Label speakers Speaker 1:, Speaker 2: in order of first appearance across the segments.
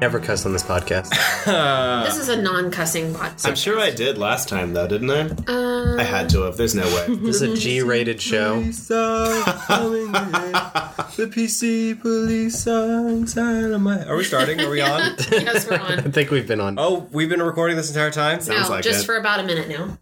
Speaker 1: Never cuss on this podcast.
Speaker 2: This is a non-cussing podcast. Uh,
Speaker 3: I'm sure I did last time though, didn't I? I had to have. There's no way.
Speaker 1: This is a G-rated show.
Speaker 4: the PC police songs out of my. Are we starting? Are we on?
Speaker 2: yes, we're on.
Speaker 1: I think we've been on.
Speaker 4: Oh, we've been recording this entire time.
Speaker 2: No,
Speaker 3: like
Speaker 2: just
Speaker 3: it.
Speaker 2: for about a minute now.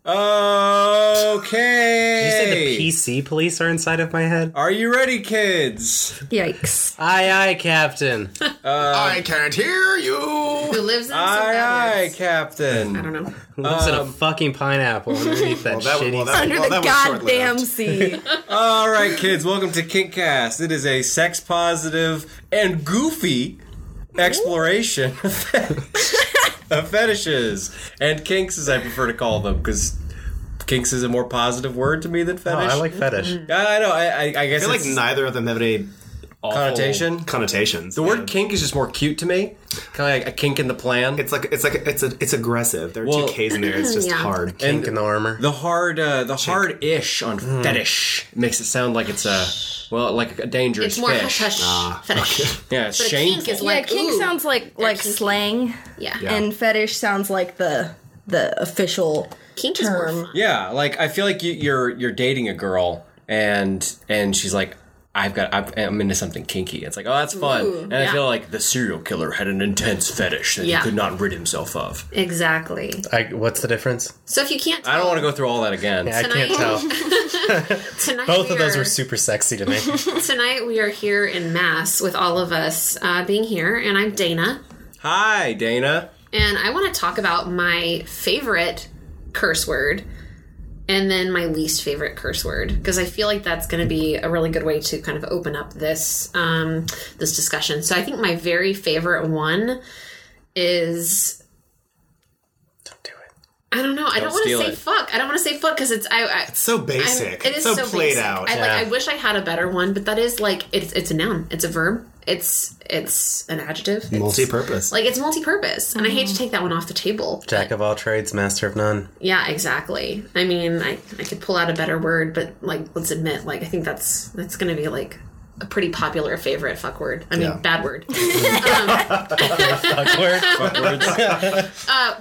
Speaker 4: Okay.
Speaker 1: Did you say the PC police are inside of my head?
Speaker 4: Are you ready, kids?
Speaker 5: Yikes.
Speaker 1: Aye, aye, Captain.
Speaker 3: I can't hear you.
Speaker 2: Who lives in some
Speaker 4: Aye, aye,
Speaker 2: bad words. I
Speaker 4: Captain.
Speaker 2: don't know.
Speaker 1: Who lives in a fucking pineapple underneath that,
Speaker 3: that-
Speaker 1: shitty...
Speaker 3: well, that-
Speaker 5: Under
Speaker 3: Well,
Speaker 5: the
Speaker 3: was short-lived.
Speaker 5: goddamn sea.
Speaker 4: All right, kids. Welcome to Kinkcast. It is a sex positive and goofy exploration of fet- of fetishes and kinks, as I prefer to call them, because kinks is a more positive word to me than
Speaker 1: oh,
Speaker 4: fetish.
Speaker 1: I like fetish.
Speaker 4: I I know. I, I, I guess
Speaker 3: I feel like
Speaker 4: it's-
Speaker 3: neither of them have any awful
Speaker 4: Connotation?
Speaker 3: Connotations.
Speaker 4: The word kink is just more cute to me. Kind of like a kink in the plan.
Speaker 3: It's like it's like it's a, it's aggressive. There are
Speaker 4: Well-
Speaker 3: two K's in there. It's just
Speaker 2: Yeah.
Speaker 3: hard.
Speaker 1: Pink in the armor.
Speaker 4: the hard, uh, the hard ish on
Speaker 3: Hmm.
Speaker 4: fetish makes it sound like it's a well, like a dangerous
Speaker 2: It's more
Speaker 4: fish.
Speaker 2: hush hush fetish.
Speaker 4: Yeah, it's
Speaker 2: But a kink
Speaker 4: shameful.
Speaker 2: is
Speaker 5: yeah,
Speaker 2: like
Speaker 5: kink
Speaker 2: ooh.
Speaker 5: sounds like like slang,
Speaker 2: yeah.
Speaker 5: and fetish sounds like the the official
Speaker 2: Kink is more
Speaker 5: term.
Speaker 2: fun.
Speaker 4: yeah, like I feel like you, you're you're dating a girl and and she's like. I've got. I've, I'm into something kinky. It's like, oh, that's fun,
Speaker 2: Ooh,
Speaker 4: and I
Speaker 2: yeah.
Speaker 4: feel like the serial killer had an intense fetish that
Speaker 2: Yeah.
Speaker 4: he could not rid himself of.
Speaker 2: Exactly.
Speaker 1: I, what's the difference?
Speaker 2: So if you can't,
Speaker 4: I don't want to go through all that again.
Speaker 1: I can't tell.
Speaker 2: Tonight- tonight.
Speaker 1: Both
Speaker 2: we
Speaker 1: of those
Speaker 2: are-
Speaker 1: were super sexy to me.
Speaker 2: Tonight we are here in mass with all of us uh, being here, and I'm Dana,
Speaker 4: Hi, Dana.
Speaker 2: and I want to talk about my favorite curse word, and then my least favorite curse word because I feel like that's going to be a really good way to kind of open up this um, this discussion. So I think my very favorite one is
Speaker 1: Don't do it.
Speaker 2: I don't know. I don't want to
Speaker 4: steal
Speaker 2: say
Speaker 4: it.
Speaker 2: fuck. I don't want to say fuck because it's I. I it's
Speaker 3: So basic.
Speaker 2: it is
Speaker 3: so,
Speaker 2: so,
Speaker 3: played
Speaker 2: basic.
Speaker 3: out.
Speaker 2: I,
Speaker 1: Yeah.
Speaker 2: like, I wish I had a better one, but that is like it's it's a noun. It's a verb. It's it's an adjective. It's,
Speaker 3: Multi-purpose.
Speaker 2: Like it's multi-purpose, and I hate to
Speaker 4: Mm.
Speaker 2: take that one off the table.
Speaker 1: Jack of all trades, master of none.
Speaker 2: Yeah, exactly. I mean, I I could pull out a better word, but like let's admit, like I think that's that's going to be like a pretty popular favorite fuck word. I mean,
Speaker 3: Yeah.
Speaker 2: bad word.
Speaker 1: Fuck word.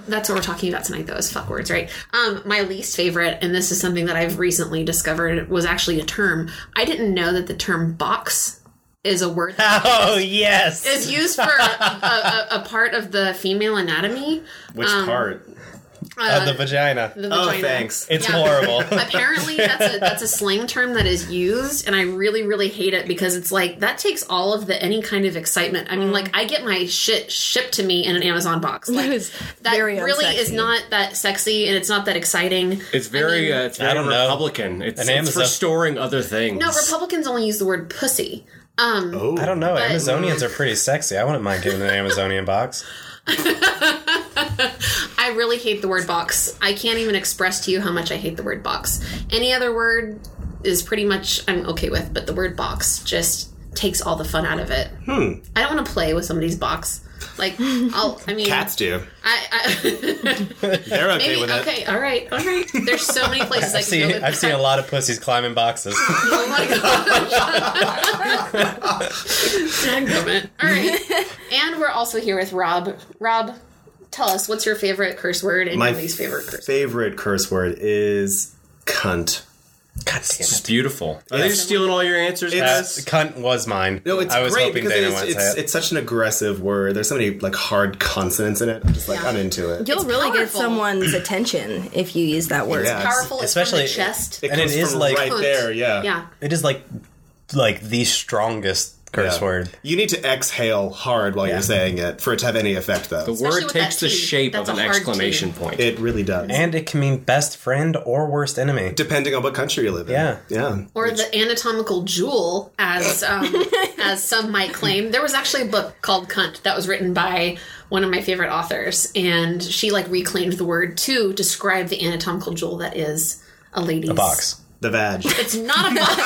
Speaker 2: that's what we're talking about tonight though is fuck words right um my least favorite and this is something that i've recently discovered was actually a term i didn't know that the term box is a word that
Speaker 1: Oh, yes.
Speaker 2: is used for a, a, a, a part of the female anatomy
Speaker 3: Which
Speaker 2: um,
Speaker 3: part?
Speaker 1: Uh, the vagina.
Speaker 2: the
Speaker 3: Oh,
Speaker 2: vagina.
Speaker 3: thanks.
Speaker 1: It's
Speaker 2: Yeah.
Speaker 1: horrible.
Speaker 2: apparently that's a that's a slang term that is used and i really really hate it because it's like that takes all of the any kind of excitement i mean like i get my shit shipped to me in an amazon box like,
Speaker 5: was
Speaker 2: that
Speaker 5: very
Speaker 2: really is
Speaker 5: unsexy.
Speaker 2: not that sexy and it's not that exciting
Speaker 4: It's very, uh, it's very
Speaker 1: don't know.
Speaker 4: Republican. It's,
Speaker 1: An
Speaker 4: it's for
Speaker 1: Amazon-
Speaker 4: storing other things.
Speaker 2: No, Republicans only use the word pussy. Um,
Speaker 3: Oh,
Speaker 1: I don't know. Amazonians are pretty sexy. I wouldn't mind getting an Amazonian box.
Speaker 2: I really hate the word box. I can't even express to you how much I hate the word box. Any other word is pretty much I'm okay with, but the word box just takes all the fun out of it. Hmm. I don't want to play with somebody's box. Like, I'll, I mean,
Speaker 3: Cats do.
Speaker 2: I, I
Speaker 3: They're okay
Speaker 2: maybe,
Speaker 3: with it.
Speaker 2: okay, all right, all right. There's so many places I
Speaker 1: I've
Speaker 2: can go
Speaker 1: seen,
Speaker 2: with
Speaker 1: I've seen a
Speaker 2: that.
Speaker 1: lot of pussies climbing boxes.
Speaker 2: Oh my gosh. Daggummit. All right. And we're also here with Rob. Rob, tell us what's your favorite curse word and
Speaker 3: My
Speaker 2: your least favorite curse
Speaker 3: favorite curse word is cunt.
Speaker 4: It's beautiful. Are they just stealing all your answers,
Speaker 1: Uh,
Speaker 4: guys?
Speaker 1: cunt was mine.
Speaker 3: No, it's
Speaker 1: I was
Speaker 3: great
Speaker 1: hoping
Speaker 3: because
Speaker 1: Dana
Speaker 3: it's,
Speaker 1: would
Speaker 3: it's,
Speaker 1: say it.
Speaker 3: it's such an aggressive word. There's so many like hard consonants in it. I'm just like
Speaker 2: Yeah.
Speaker 3: I'm into it.
Speaker 5: You'll really get
Speaker 2: powerful.
Speaker 5: someone's attention if you use that word.
Speaker 3: Yeah.
Speaker 2: word. Powerful, it's
Speaker 1: Especially-
Speaker 2: from the chest.
Speaker 3: It
Speaker 1: And it
Speaker 3: comes
Speaker 1: is
Speaker 3: from
Speaker 1: like-
Speaker 3: right
Speaker 2: Cunt.
Speaker 3: there. Yeah.
Speaker 2: yeah.
Speaker 1: It is like like the strongest curse
Speaker 3: Yeah.
Speaker 1: word.
Speaker 3: You need to exhale hard while you're saying it for it to have any effect, though.
Speaker 4: The
Speaker 2: Especially
Speaker 4: word
Speaker 2: with
Speaker 4: takes
Speaker 2: that
Speaker 4: the
Speaker 2: T.
Speaker 4: shape
Speaker 2: That's
Speaker 4: of
Speaker 2: a
Speaker 4: an
Speaker 2: hard
Speaker 4: exclamation
Speaker 2: T.
Speaker 4: point.
Speaker 3: it really does,
Speaker 1: And it can mean best friend or worst enemy.
Speaker 3: depending on what country you live in.
Speaker 1: Yeah.
Speaker 3: yeah.
Speaker 2: Or the anatomical jewel, as um, as some might claim. There was actually a book called "Cunt" that was written by one of my favorite authors, and she like reclaimed the word to describe the anatomical jewel that is a lady's a
Speaker 1: Box.
Speaker 3: The vag.
Speaker 2: It's not a box.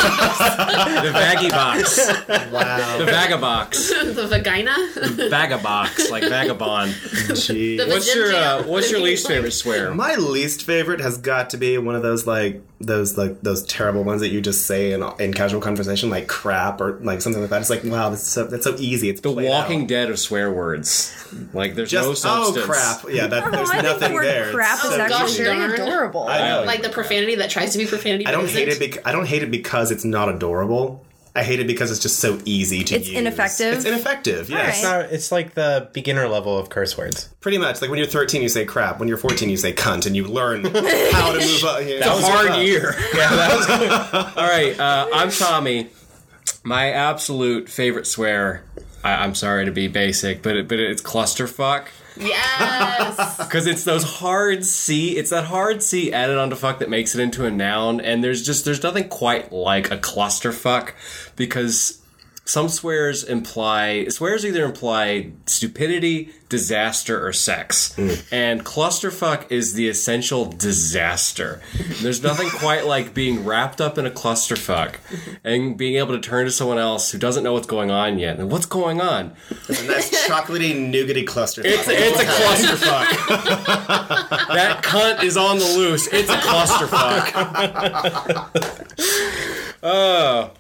Speaker 4: the vaggy box. The
Speaker 3: wow.
Speaker 4: vagabox.
Speaker 2: the vagina.
Speaker 4: Vagabox, like vagabond.
Speaker 3: Gee.
Speaker 2: The
Speaker 4: What's your
Speaker 2: vagina.
Speaker 4: uh, what's your least favorite swear?
Speaker 3: My least favorite has got to be one of those like those like those terrible ones that you just say in in casual conversation, like crap or like something like that. It's like wow, that's so that's so easy. It's
Speaker 4: The Walking Dead of swear words. Like there's no
Speaker 3: Just
Speaker 4: substance.
Speaker 3: oh crap, yeah. That, there's
Speaker 5: I think
Speaker 3: nothing
Speaker 5: the word
Speaker 3: there. It's
Speaker 5: crap
Speaker 3: so
Speaker 5: is actually
Speaker 2: gosh,
Speaker 3: easy.
Speaker 5: very
Speaker 2: darn.
Speaker 5: adorable.
Speaker 3: I know.
Speaker 2: like the profanity that tries to be profanity.
Speaker 3: I don't
Speaker 2: but
Speaker 3: hate it.
Speaker 2: isn't.
Speaker 3: Bec- I don't hate it because it's not adorable. I hate it because it's just so easy to
Speaker 5: It's
Speaker 3: use.
Speaker 5: ineffective?
Speaker 3: It's ineffective. Yes,
Speaker 1: It's, not, Uh, it's like the beginner level of curse words.
Speaker 3: pretty much. Like when you're 13, you say crap. When you're 14, you say cunt, and you learn how to move up. That
Speaker 4: A hard year. Yeah, that was good. All right, uh, I'm Tommy. My absolute favorite swear. I, I'm sorry to be basic, but it, but it's clusterfuck
Speaker 2: Yes.
Speaker 4: because it's those hard c. It's that hard c added onto fuck that makes it into a noun, and there's just there's nothing quite like a clusterfuck because some swears imply swears either imply stupidity, disaster, or sex, and clusterfuck is the essential disaster. There's nothing quite like being wrapped up in a clusterfuck and being able to turn to someone else who doesn't know what's going on yet and what's going on.
Speaker 3: And that's chocolatey nougaty cluster.
Speaker 4: It's, it's a clusterfuck. that cunt is on the loose. It's a clusterfuck. oh.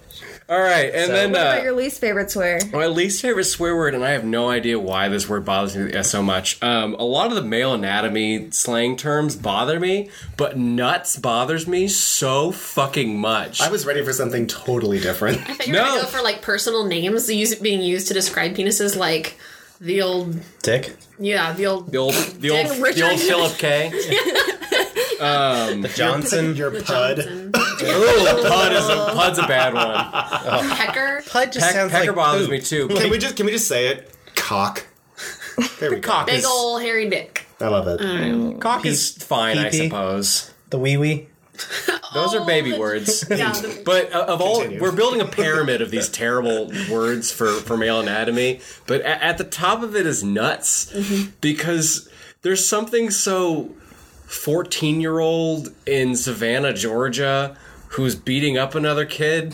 Speaker 4: All right, and then
Speaker 5: What about
Speaker 4: uh,
Speaker 5: your least favorite swear?
Speaker 4: my least favorite swear word, and I have no idea why this word bothers me so much. Um, a lot of the male anatomy slang terms bother me, but nuts bothers me so fucking much.
Speaker 3: I was ready for something totally different.
Speaker 2: You're
Speaker 4: No.
Speaker 2: gonna go for like personal names use, being used to describe penises, like the old,
Speaker 1: Dick?
Speaker 2: yeah, the old.
Speaker 4: the old, the old, the
Speaker 2: Richard.
Speaker 4: old Philip K.
Speaker 1: The Johnson?
Speaker 3: Your pud.
Speaker 4: Ooh, pud is a pud's a bad one.
Speaker 2: Pecker.
Speaker 1: Pud just
Speaker 4: Peck,
Speaker 1: sounds
Speaker 4: pecker
Speaker 1: like
Speaker 4: bothers
Speaker 1: poop.
Speaker 4: me too.
Speaker 3: Can we just can we just say it? Cock. There we go.
Speaker 4: cock
Speaker 2: Big
Speaker 4: is
Speaker 2: ol' hairy dick.
Speaker 3: I love it.
Speaker 4: cock is fine, I
Speaker 1: pee-pee.
Speaker 4: suppose.
Speaker 1: The wee wee?
Speaker 4: Those are baby words.
Speaker 2: Yeah, the-
Speaker 4: But uh, of all,
Speaker 3: Continue.
Speaker 4: we're building a pyramid of these terrible words for, for male anatomy. But at, at the top of it is nuts because there's something so 14 year old in Savannah, Georgia, who's beating up another kid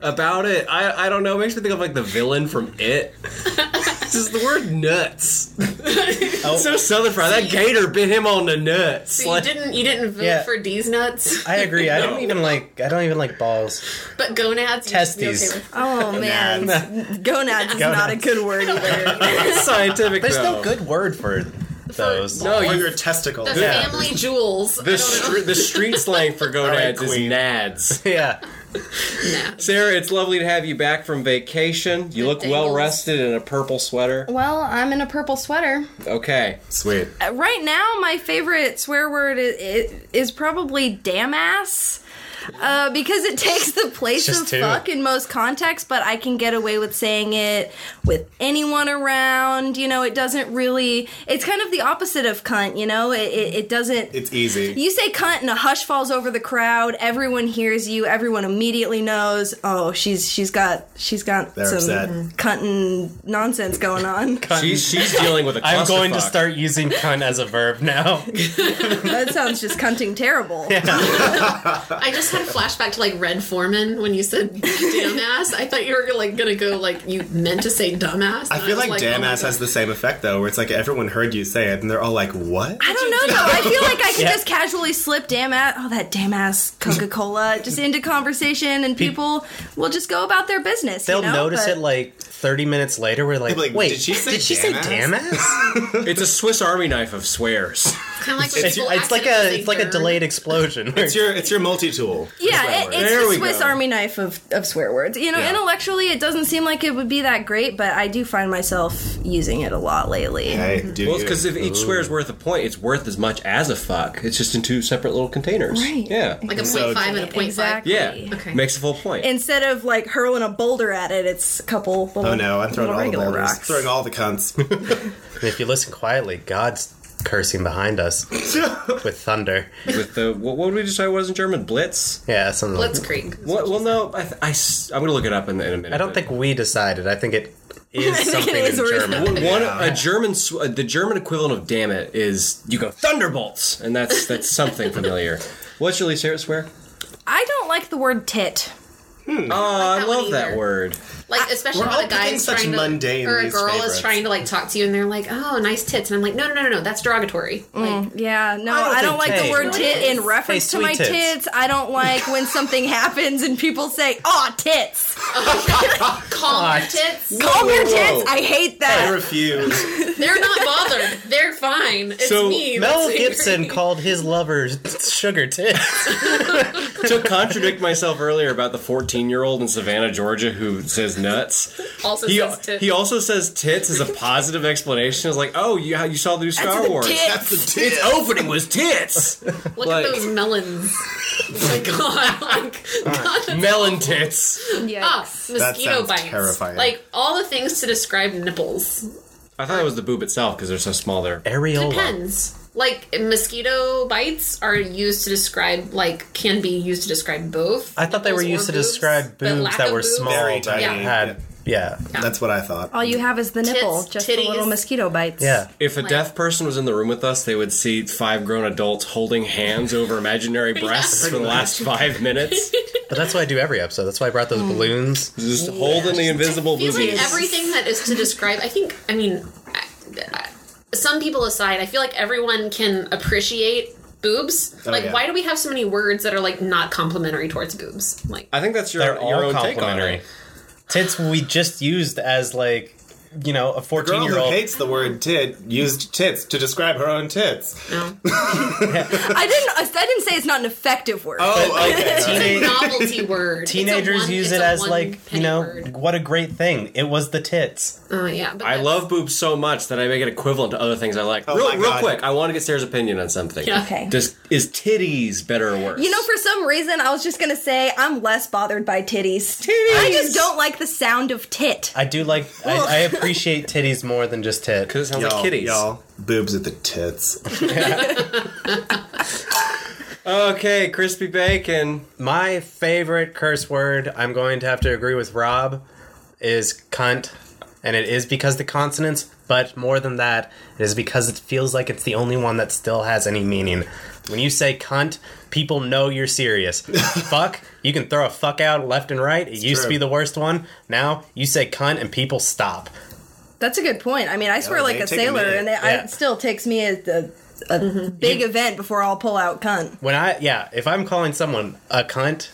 Speaker 4: about it. I, I don't know. It makes me think of like the villain from It. This is the word nuts. It's so southern fried. That gator bit him on the nuts.
Speaker 2: so you
Speaker 4: Like-
Speaker 2: didn't you didn't vote
Speaker 1: Yeah.
Speaker 2: for D's nuts,
Speaker 1: I agree. I don't even like. I don't even like balls.
Speaker 2: but gonads. you-
Speaker 1: Testes.
Speaker 2: you're okay with.
Speaker 5: Oh man, gonads is not a good word either.
Speaker 4: scientific.
Speaker 1: There's
Speaker 4: though.
Speaker 1: no good word for those.
Speaker 4: No,
Speaker 3: Or
Speaker 4: you,
Speaker 3: your testicle.
Speaker 2: The family jewels. I
Speaker 4: the,
Speaker 2: don't know.
Speaker 4: str- the street slang for
Speaker 3: right,
Speaker 4: gonads is
Speaker 3: queen.
Speaker 4: nads.
Speaker 1: Yeah.
Speaker 2: Nah.
Speaker 4: Sarah, it's lovely to have you back from vacation. You look well
Speaker 2: dangles.
Speaker 4: rested in a purple sweater.
Speaker 5: Well, I'm in a purple sweater.
Speaker 4: Okay.
Speaker 3: Sweet.
Speaker 5: Uh, Right now, my favorite swear word is, is, is probably damn ass. Uh, because it takes the place
Speaker 1: Just
Speaker 5: of
Speaker 1: two.
Speaker 5: fuck in most contexts, but I can get away with saying it with anyone around. You know, it doesn't really. It's kind of the opposite of cunt. You know, it it, it doesn't.
Speaker 3: It's easy.
Speaker 5: you say cunt, and a hush falls over the crowd. Everyone hears you. Everyone immediately knows. Oh, she's she's got she's got
Speaker 3: They're
Speaker 5: some
Speaker 3: upset.
Speaker 5: cuntin' nonsense going on.
Speaker 4: She's, she's dealing with a
Speaker 1: I'm going to
Speaker 4: clusterfuck.
Speaker 1: start using cunt as a verb now.
Speaker 5: that sounds just cunting terrible.
Speaker 2: I just had a flashback to like Red Foreman when you said dumbass. I thought you were like gonna go like you meant to say dumbass.
Speaker 3: I feel like
Speaker 2: dumbass
Speaker 3: damn ass has the same effect though, where it's like everyone heard you say it and they're all like, "What?"
Speaker 5: I don't know though. I feel like I could just casually slip damn ass, oh that damn ass Coca Cola, just into conversation, and people will just go about their business.
Speaker 1: They'll
Speaker 5: you know?
Speaker 1: notice
Speaker 5: But
Speaker 1: it like 30 minutes later. We're like,
Speaker 3: They'll be like,
Speaker 1: wait,
Speaker 3: "Did she say damn
Speaker 1: damn ass?
Speaker 4: It's a Swiss Army knife of swears.
Speaker 2: Kind of like when
Speaker 1: it's
Speaker 2: people
Speaker 1: it's like a
Speaker 2: accidentally
Speaker 1: it's like a
Speaker 2: burn.
Speaker 1: delayed explosion.
Speaker 3: It's your it's your multi tool.
Speaker 5: yeah, it, it's
Speaker 4: There
Speaker 5: the
Speaker 4: we
Speaker 5: Swiss
Speaker 4: go.
Speaker 5: Army knife of, of swear words. You know,
Speaker 4: Yeah.
Speaker 5: intellectually it doesn't seem like it would be that great, but I do find myself using it a lot lately.
Speaker 3: Hey, do
Speaker 4: Well,
Speaker 3: you?
Speaker 4: because if each swear is worth a point, it's worth as much as a fuck. It's just in two separate little containers.
Speaker 5: Right.
Speaker 4: Yeah.
Speaker 2: like a
Speaker 3: So-
Speaker 2: point five and a point five.
Speaker 5: Exactly.
Speaker 4: yeah.
Speaker 2: Okay.
Speaker 4: Makes a full point.
Speaker 5: Instead of like hurling a boulder at it, it's a couple. Little,
Speaker 3: oh no, I'm throwing
Speaker 5: little
Speaker 3: all the
Speaker 5: regular
Speaker 3: boulders,
Speaker 5: rocks.
Speaker 3: throwing all the cunts.
Speaker 1: And if you listen quietly, God's cursing behind us with thunder.
Speaker 4: with the what, what did we decide was in German? Blitz.
Speaker 1: Yeah, something like
Speaker 2: Let's Creek.
Speaker 4: What, well, no, I, th- I s- I'm gonna look it up in, in a minute.
Speaker 1: I don't think we decided. I think it is
Speaker 5: think it
Speaker 1: something
Speaker 5: is
Speaker 1: in
Speaker 5: really-
Speaker 1: German.
Speaker 4: One, a German, sw- uh, the German equivalent of "damn it" is you go thunderbolts, and that's that's something familiar. What's your least favorite swear?
Speaker 5: I don't like the word tit.
Speaker 4: Oh, I
Speaker 2: that one
Speaker 4: love that
Speaker 2: either.
Speaker 4: word.
Speaker 2: Like especially
Speaker 3: We're
Speaker 2: when
Speaker 3: all
Speaker 2: a guy
Speaker 3: picking
Speaker 2: is
Speaker 3: such
Speaker 2: trying to,
Speaker 3: mundane
Speaker 2: or a
Speaker 3: least
Speaker 2: girl
Speaker 3: favorites.
Speaker 2: is trying to like talk to you, and they're like, "Oh, nice tits," and I'm like, "No, no, no, no, no, that's derogatory." Like,
Speaker 5: Yeah, no,
Speaker 1: don't
Speaker 5: I don't,
Speaker 1: think
Speaker 5: like the
Speaker 1: tit
Speaker 5: word
Speaker 1: really
Speaker 5: tit in reference
Speaker 1: Hey,
Speaker 5: to my
Speaker 1: sweet
Speaker 5: tits.
Speaker 1: tits.
Speaker 5: I don't like when something happens and people say, "Aw, tits!
Speaker 2: calm your tits.
Speaker 5: Calm your
Speaker 3: whoa, whoa.
Speaker 5: tits!" I hate
Speaker 3: I
Speaker 5: that.
Speaker 3: refuse.
Speaker 2: They're not bothered. They're fine. It's
Speaker 4: So,
Speaker 2: me.
Speaker 1: Mel
Speaker 2: that's
Speaker 1: Gibson
Speaker 2: angry.
Speaker 1: called his lover sugar tits.
Speaker 4: to contradict myself earlier about the 14 year old in Savannah, Georgia, who says nuts.
Speaker 2: also
Speaker 4: He,
Speaker 2: says tits.
Speaker 4: he also says tits as a positive explanation. It's like, oh, you, you saw the new Star Wars.
Speaker 5: Tits.
Speaker 4: Its opening was tits.
Speaker 2: Look
Speaker 4: like-
Speaker 2: at those melons. oh my god! Like, god
Speaker 4: Melon tits.
Speaker 2: ah,
Speaker 5: Yikes.
Speaker 2: mosquito
Speaker 3: sounds
Speaker 2: bites.
Speaker 3: terrifying.
Speaker 2: Like all the things to describe nipples.
Speaker 4: I thought it was the boob itself because they're so small there.
Speaker 1: Areola.
Speaker 2: Depends. Like mosquito bites are used to describe, like can be used to describe both.
Speaker 1: I thought they were
Speaker 2: nipples or
Speaker 1: used to
Speaker 2: boobs,
Speaker 1: describe
Speaker 2: but
Speaker 1: boobs
Speaker 2: lack
Speaker 1: that
Speaker 2: of
Speaker 1: were
Speaker 2: boobs-
Speaker 1: small
Speaker 3: Very
Speaker 1: that
Speaker 3: tiny,
Speaker 1: had yeah.
Speaker 3: That's what I thought.
Speaker 5: All you have is the nipple,
Speaker 2: Tits,
Speaker 5: just the little
Speaker 2: titties.
Speaker 5: mosquito bites.
Speaker 1: Yeah.
Speaker 4: If a deaf person was in the room with us, they would see five grown adults holding hands over imaginary breasts for the last five minutes,
Speaker 1: But that's what I do every episode. That's why I brought those balloons.
Speaker 4: just holding the invisible
Speaker 2: I feel
Speaker 4: boobies.
Speaker 2: like everything that is to describe. I think. I mean, I, I, some people aside, I feel like everyone can appreciate boobs.
Speaker 1: Oh,
Speaker 2: like,
Speaker 3: yeah.
Speaker 2: why do we have so many words that are like not complimentary towards boobs? Like,
Speaker 4: I think that's your,
Speaker 1: They're
Speaker 4: your
Speaker 1: all
Speaker 4: own take on
Speaker 1: complimentary.
Speaker 4: it.
Speaker 1: Tits we just used as like you know a
Speaker 3: Girl
Speaker 1: fourteen year
Speaker 3: who
Speaker 1: old.
Speaker 3: hates the word tit used tits to describe her own tits.
Speaker 2: no.
Speaker 5: I didn't. I didn't say it's not an effective word.
Speaker 3: Oh, okay.
Speaker 1: Teenage-
Speaker 2: novelty word. It's a
Speaker 1: teenagers
Speaker 2: one-
Speaker 1: use
Speaker 2: it's
Speaker 1: it
Speaker 2: a
Speaker 1: as
Speaker 2: one
Speaker 1: like you
Speaker 2: penny
Speaker 1: know
Speaker 2: word.
Speaker 1: what a great thing. It was the tits.
Speaker 2: Oh yeah, but
Speaker 4: I
Speaker 2: that-
Speaker 4: love boobs so much that I make it equivalent to other things I like. real,
Speaker 3: my
Speaker 4: real
Speaker 3: God.
Speaker 4: quick, I want to get Sarah's opinion on something.
Speaker 2: Yeah.
Speaker 5: Okay.
Speaker 4: Does is titties better or worse?
Speaker 5: You know, for some reason, I was just gonna say I'm less bothered by titties. Titties. I just don't like the sound of tit.
Speaker 1: I do like. I, I appreciate titties more than just tit.
Speaker 4: because it sounds
Speaker 3: Y'all-
Speaker 4: like kitties.
Speaker 3: Y'all, boobs at the tits.
Speaker 4: Okay, crispy bacon.
Speaker 1: My favorite curse word, I'm going to have to agree with Rob, is cunt. And it is because the consonants, but more than that, it is because it feels like it's the only one that still has any meaning. When you say cunt, people know you're serious. fuck, you can throw a fuck out left and right. It used to
Speaker 3: true.
Speaker 1: be the worst one. Now you say cunt and people stop.
Speaker 5: That's a good point. I mean, I swear
Speaker 3: Yeah,
Speaker 5: like
Speaker 3: they
Speaker 5: a
Speaker 3: take a
Speaker 5: sailor,
Speaker 3: minute.
Speaker 5: and it,
Speaker 1: Yeah.
Speaker 5: it still takes me a, a, a
Speaker 2: Mm-hmm.
Speaker 5: big event before I'll pull out cunt.
Speaker 1: When I, yeah, if I'm calling someone a cunt,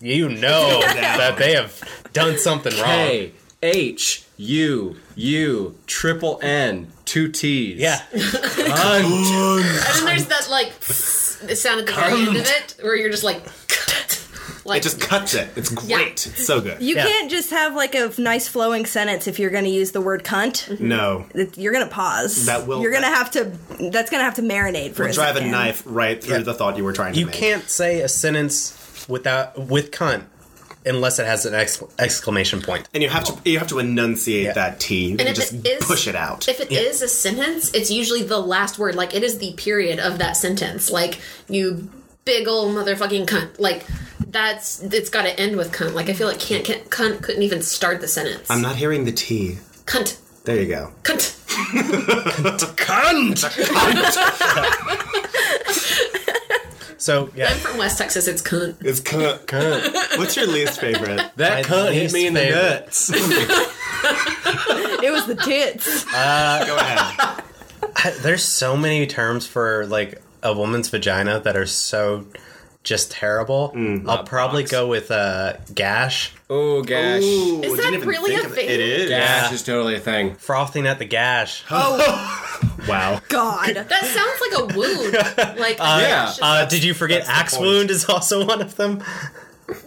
Speaker 1: you know that they have done something wrong.
Speaker 4: K H U U triple N two T's.
Speaker 1: Yeah.
Speaker 4: Cunt.
Speaker 2: And then there's that like sound at the very end of it where you're just like, like
Speaker 3: It just cuts it. It's great. It's so good.
Speaker 5: You
Speaker 1: Yeah.
Speaker 5: can't just have like a nice flowing sentence if you're going to use the word cunt.
Speaker 3: no.
Speaker 5: It- You're going to pause.
Speaker 3: Mm-hmm. That will-
Speaker 5: You're going to have to. That's going to have to marinate for a
Speaker 3: Drive a
Speaker 5: second.
Speaker 3: knife right through
Speaker 1: Yeah.
Speaker 3: the thought you were trying to
Speaker 1: You
Speaker 3: make.
Speaker 1: can't say a sentence without with cunt unless it has an ex- exclamation point.
Speaker 3: And you have to you have to enunciate
Speaker 1: Yeah.
Speaker 3: that T. You
Speaker 2: And
Speaker 3: can
Speaker 2: if
Speaker 3: just
Speaker 2: it is-
Speaker 3: push it out.
Speaker 2: If it is a sentence, it's usually the last word. Like it is the period of that sentence. Like you big ol' motherfucking cunt. Like that's it's got to end with cunt. Like I feel like can't, can't cunt couldn't even start the sentence.
Speaker 3: I'm not hearing the T.
Speaker 2: cunt,
Speaker 3: There you go.
Speaker 2: cunt.
Speaker 1: So yeah,
Speaker 2: I'm from West Texas. It's cunt.
Speaker 3: It's cunt. What's your least favorite?
Speaker 4: That
Speaker 1: My
Speaker 4: cunt hit
Speaker 1: least
Speaker 4: me in the
Speaker 1: favorite.
Speaker 4: nuts.
Speaker 5: It was the tits.
Speaker 3: Go ahead.
Speaker 1: there's so many terms for like a woman's vagina that are so just terrible.
Speaker 3: Mm.
Speaker 1: I'll probably
Speaker 4: box.
Speaker 1: go with uh, gash,
Speaker 4: Oh gosh.
Speaker 3: Ooh,
Speaker 2: Is
Speaker 3: I
Speaker 2: that
Speaker 3: didn't even
Speaker 2: really
Speaker 3: think
Speaker 2: a
Speaker 3: of
Speaker 2: thing?
Speaker 3: It is.
Speaker 4: Gash is totally a thing.
Speaker 1: frothing at the gash.
Speaker 3: Wow.
Speaker 5: God.
Speaker 2: That sounds like a wound. Like
Speaker 4: yeah.
Speaker 2: it's just-
Speaker 1: Uh, did you forget
Speaker 3: the
Speaker 1: axe
Speaker 3: point.
Speaker 1: wound is also one of them?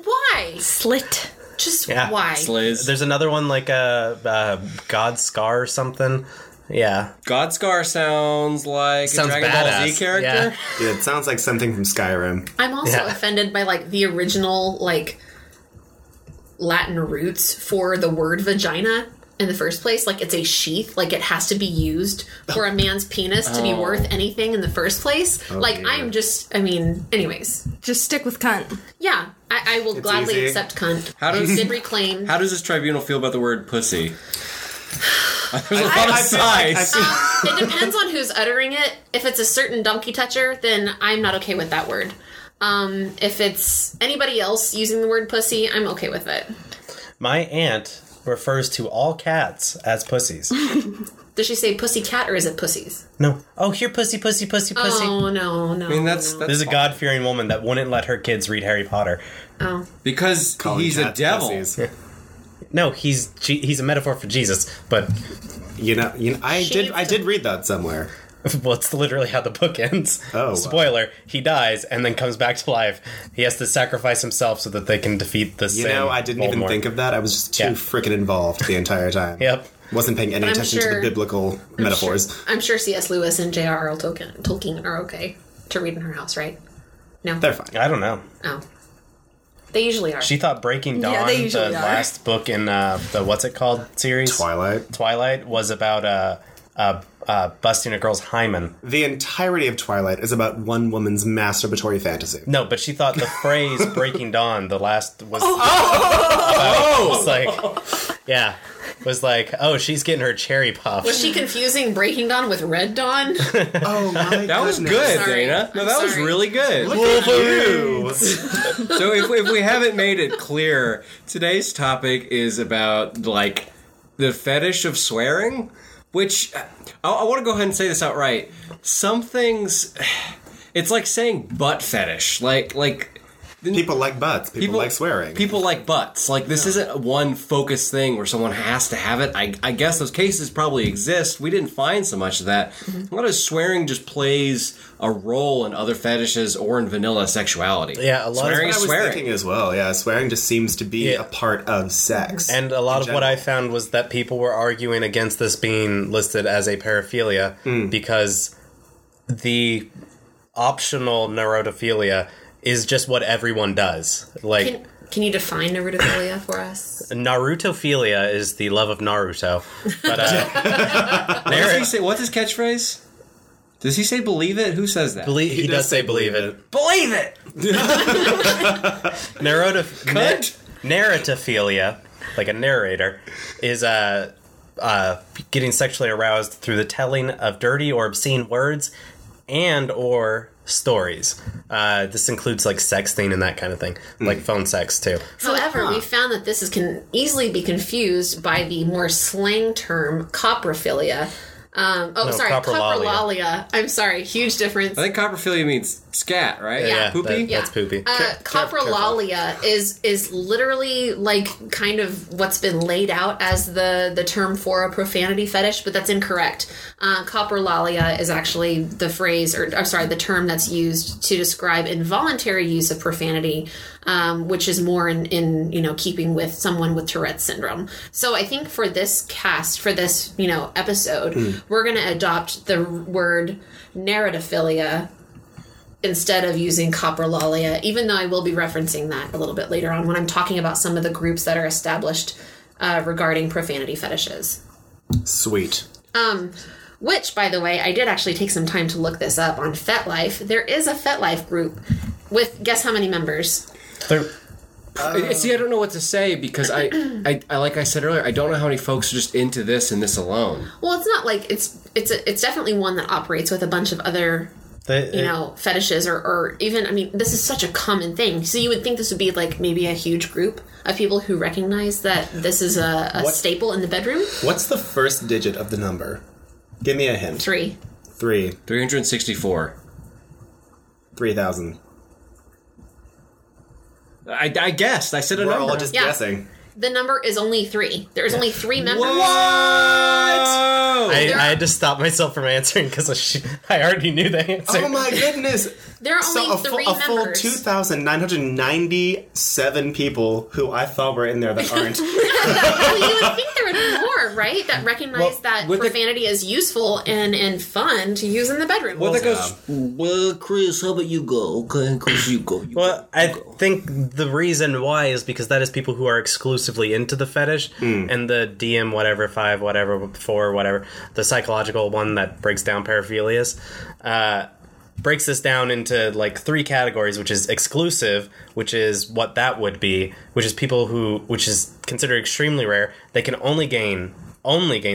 Speaker 2: why?
Speaker 5: Slit.
Speaker 2: Just
Speaker 1: Yeah.
Speaker 2: why?
Speaker 4: Sliz.
Speaker 1: There's another one like a uh, uh, god scar or something. Yeah,
Speaker 4: Godscar sounds like
Speaker 1: Sounds
Speaker 4: a Dragon Ball
Speaker 1: badass.
Speaker 4: Z character.
Speaker 1: Yeah.
Speaker 3: Yeah, it sounds like something from Skyrim.
Speaker 2: I'm also
Speaker 1: Yeah.
Speaker 2: offended by like the original like Latin roots for the word vagina in the first place. Like it's a sheath. Like it has to be used for a man's penis to be worth anything in the first place. like
Speaker 3: dear.
Speaker 2: I'm just. I mean, anyways.
Speaker 5: Just stick with cunt.
Speaker 2: Yeah, I, I will gladly
Speaker 3: easy.
Speaker 2: accept cunt.
Speaker 4: How does-
Speaker 2: I did reclaim?
Speaker 4: How does this tribunal feel about the word pussy? There's a
Speaker 3: I-
Speaker 4: lot of
Speaker 3: I feel like- I
Speaker 4: sides.
Speaker 3: feel-
Speaker 2: it depends on who's uttering it. If it's a certain donkey toucher, then I'm not okay with that word. Um, if it's anybody else using the word pussy, I'm okay with it.
Speaker 1: My aunt refers to all cats as pussies.
Speaker 2: Does she say pussy cat or is it pussies?
Speaker 1: no. Oh, here, pussy, pussy, pussy, pussy.
Speaker 2: Oh no, no.
Speaker 4: I mean, that's, that's
Speaker 1: This is a God fearing woman that wouldn't let her kids read Harry Potter.
Speaker 2: oh.
Speaker 4: because
Speaker 3: Calling
Speaker 4: he's a
Speaker 3: cats
Speaker 4: devil.
Speaker 3: pussies.
Speaker 1: No, he's Je- he's a metaphor for Jesus, but
Speaker 3: You know, you know, I did.
Speaker 2: Shaved.
Speaker 3: I did read that somewhere.
Speaker 1: well, it's literally how the book ends.
Speaker 3: Oh, wow.
Speaker 1: spoiler! He dies and then comes back to life. He has to sacrifice himself so that they can defeat the.
Speaker 3: You know, I didn't even think of that. I was just too
Speaker 1: Yeah.
Speaker 3: frickin' involved the entire time.
Speaker 1: Yep.
Speaker 3: Wasn't paying any
Speaker 2: I'm
Speaker 3: attention to
Speaker 2: sure-
Speaker 3: the biblical metaphors.
Speaker 2: I'm sure C.S. Lewis and J.R.R. Tolkien, Tolkien are okay to read in her house, right? No.
Speaker 3: They're fine.
Speaker 1: I don't know.
Speaker 2: oh. They usually are.
Speaker 1: She thought Breaking Dawn,
Speaker 5: Yeah, they
Speaker 1: the
Speaker 5: usually are.
Speaker 1: last book in uh, the what's it called series,
Speaker 3: Twilight.
Speaker 1: Twilight was about uh, uh, uh, busting a girl's hymen.
Speaker 3: The entirety of Twilight is about one woman's masturbatory fantasy.
Speaker 1: No, but she thought the phrase "Breaking Dawn," the last was. was
Speaker 5: Oh.
Speaker 1: like, yeah, was like, oh, she's getting her cherry popped.
Speaker 2: was she confusing Breaking Dawn with Red Dawn?
Speaker 3: Oh my
Speaker 4: That was good,
Speaker 2: Sorry.
Speaker 4: Dana. No,
Speaker 2: I'm
Speaker 4: that was
Speaker 2: sorry.
Speaker 4: really good. so if, if we haven't made it clear, today's topic is about like the fetish of swearing, which I, I want to go ahead and say this outright. Some things, it's like saying butt fetish. Like like
Speaker 3: People like butts. People, like swearing.
Speaker 4: People like butts. Like this isn't one focused thing where someone has to have it. I, I guess those cases probably exist. We didn't find so much of that.
Speaker 1: Mm-hmm.
Speaker 4: A lot of swearing just plays a role in other fetishes or in vanilla sexuality.
Speaker 1: Yeah, a lot of-
Speaker 4: swearing
Speaker 3: I
Speaker 4: is
Speaker 3: was
Speaker 4: swearing.
Speaker 3: thinking as well. Yeah, swearing just seems to be
Speaker 1: Yeah.
Speaker 3: a part of sex.
Speaker 1: And a lot
Speaker 3: in
Speaker 1: of what I
Speaker 3: general.
Speaker 1: found was that people were arguing against this being listed as a paraphilia because the optional neurotophilia is just what everyone does. Like
Speaker 2: Can, can you define neurotophilia for us?
Speaker 1: uh, uh, Uh,
Speaker 2: Um, oh, Uh, Uh, um, uh,
Speaker 1: Uh-huh. uh, only
Speaker 3: Oh Oh
Speaker 4: Uh,
Speaker 1: gain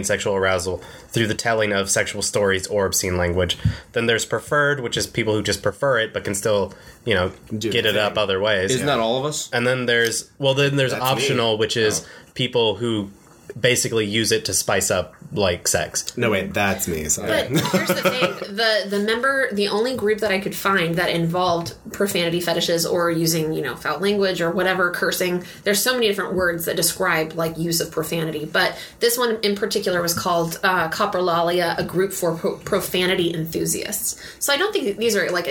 Speaker 1: sexual arousal through the telling of sexual stories or obscene language. Then there's preferred, which is people who just prefer it but can still, you know,
Speaker 3: Do
Speaker 1: get
Speaker 3: the
Speaker 1: it up
Speaker 3: thing.
Speaker 1: other ways.
Speaker 4: Isn't that all of us?
Speaker 1: And then there's well, then there's
Speaker 3: That's
Speaker 1: optional, which is people who basically use it to spice up like sex.
Speaker 3: No, wait, that's me. Sorry.
Speaker 2: But here's the thing: the the member, the only group that I could find that involved profanity fetishes or using you know foul language or whatever cursing. There's so many different words that describe like use of profanity, but this one in particular was called uh, Coprolalia, a group for pro- profanity enthusiasts. So I don't think these are like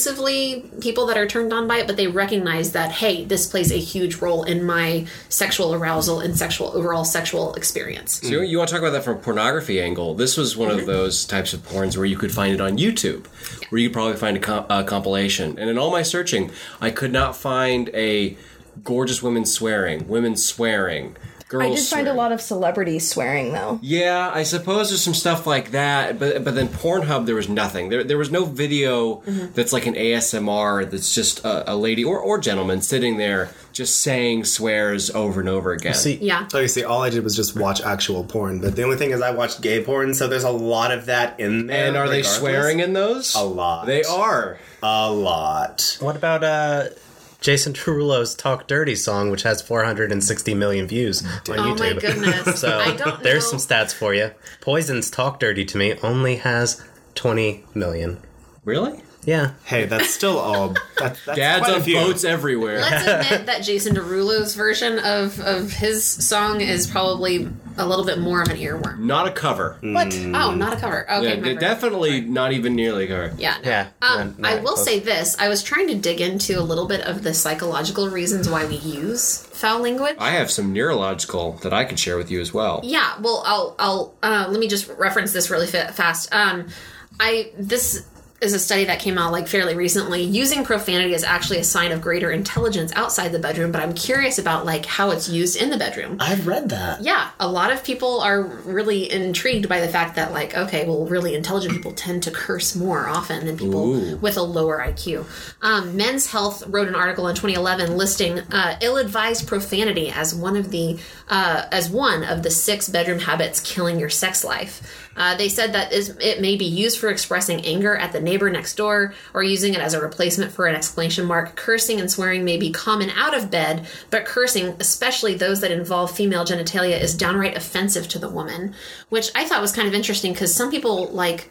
Speaker 2: exclusively people that are turned on by it, but they recognize that hey, this plays a huge role in my sexual arousal and sexual overall sexual experience.
Speaker 4: So you, you want to talk about that from a pornography angle? This was one of those types of porns where you could find it on YouTube, where you could probably find a, com- a compilation. And in all my searching, I could not find a gorgeous women swearing, women swearing, girls.
Speaker 5: I did find a
Speaker 4: swearing.
Speaker 5: lot of celebrities swearing though.
Speaker 4: Yeah, I suppose there's some stuff like that, but but then Pornhub there was nothing. There there was no video
Speaker 5: Mm-hmm.
Speaker 4: that's like an ASMR that's just a, a lady or or gentleman sitting there just saying swears over and over again.
Speaker 1: See,
Speaker 2: Yeah.
Speaker 3: So you see, all I did was just watch actual porn. But the only thing is, I watched gay porn, so there's a lot of that in there.
Speaker 4: and are they
Speaker 3: regardless.
Speaker 4: swearing in those?
Speaker 3: A lot.
Speaker 4: They are.
Speaker 3: A lot.
Speaker 1: what about uh? Jason Derulo's "Talk Dirty" song, which has 460 million views on
Speaker 2: Oh my
Speaker 1: YouTube.
Speaker 2: goodness!
Speaker 1: So
Speaker 2: I don't
Speaker 1: there's
Speaker 2: know.
Speaker 1: some stats for you. Poison's "Talk Dirty to Me" only has 20 million.
Speaker 4: Really?
Speaker 1: Yeah,
Speaker 3: Hey, that's still all. That, that's
Speaker 4: Dads
Speaker 3: quite a
Speaker 4: on
Speaker 3: few.
Speaker 4: boats everywhere.
Speaker 2: Let's admit that Jason Derulo's version of, of his song is probably a little bit more of an earworm.
Speaker 4: Not a cover.
Speaker 2: What?
Speaker 1: Hmm.
Speaker 2: Oh, not a cover.
Speaker 4: Yeah,
Speaker 2: Okay,
Speaker 4: de-
Speaker 2: my bad.
Speaker 4: definitely not even nearly a cover.
Speaker 2: Yeah. no.
Speaker 1: Yeah,
Speaker 2: Um,
Speaker 1: no, no,
Speaker 2: I will
Speaker 1: close.
Speaker 2: say this: I was trying to dig into a little bit of the psychological reasons why we use foul language.
Speaker 4: I have some neurological that I could share with you as well.
Speaker 2: yeah. Well, I'll I'll uh, let me just reference this really fa- fast. Um, I this is a study that came out like fairly recently. Using profanity is actually a sign of greater intelligence outside the bedroom, but I'm curious about like how it's used in the bedroom.
Speaker 3: I've read that.
Speaker 2: yeah, a lot of people are really intrigued by the fact that, like, okay, well, really intelligent people tend to curse more often than people
Speaker 4: Ooh.
Speaker 2: with a lower IQ. Um, Men's Health wrote an article in 2011 listing uh, ill-advised profanity as one of the uh, as one of the six bedroom habits killing your sex life. Uh, they said that is, it may be used for expressing anger at the neighbor next door or using it as a replacement for an exclamation mark. Cursing and swearing may be common out of bed, but cursing, especially those that involve female genitalia, is downright offensive to the woman, which I thought was kind of interesting because some people like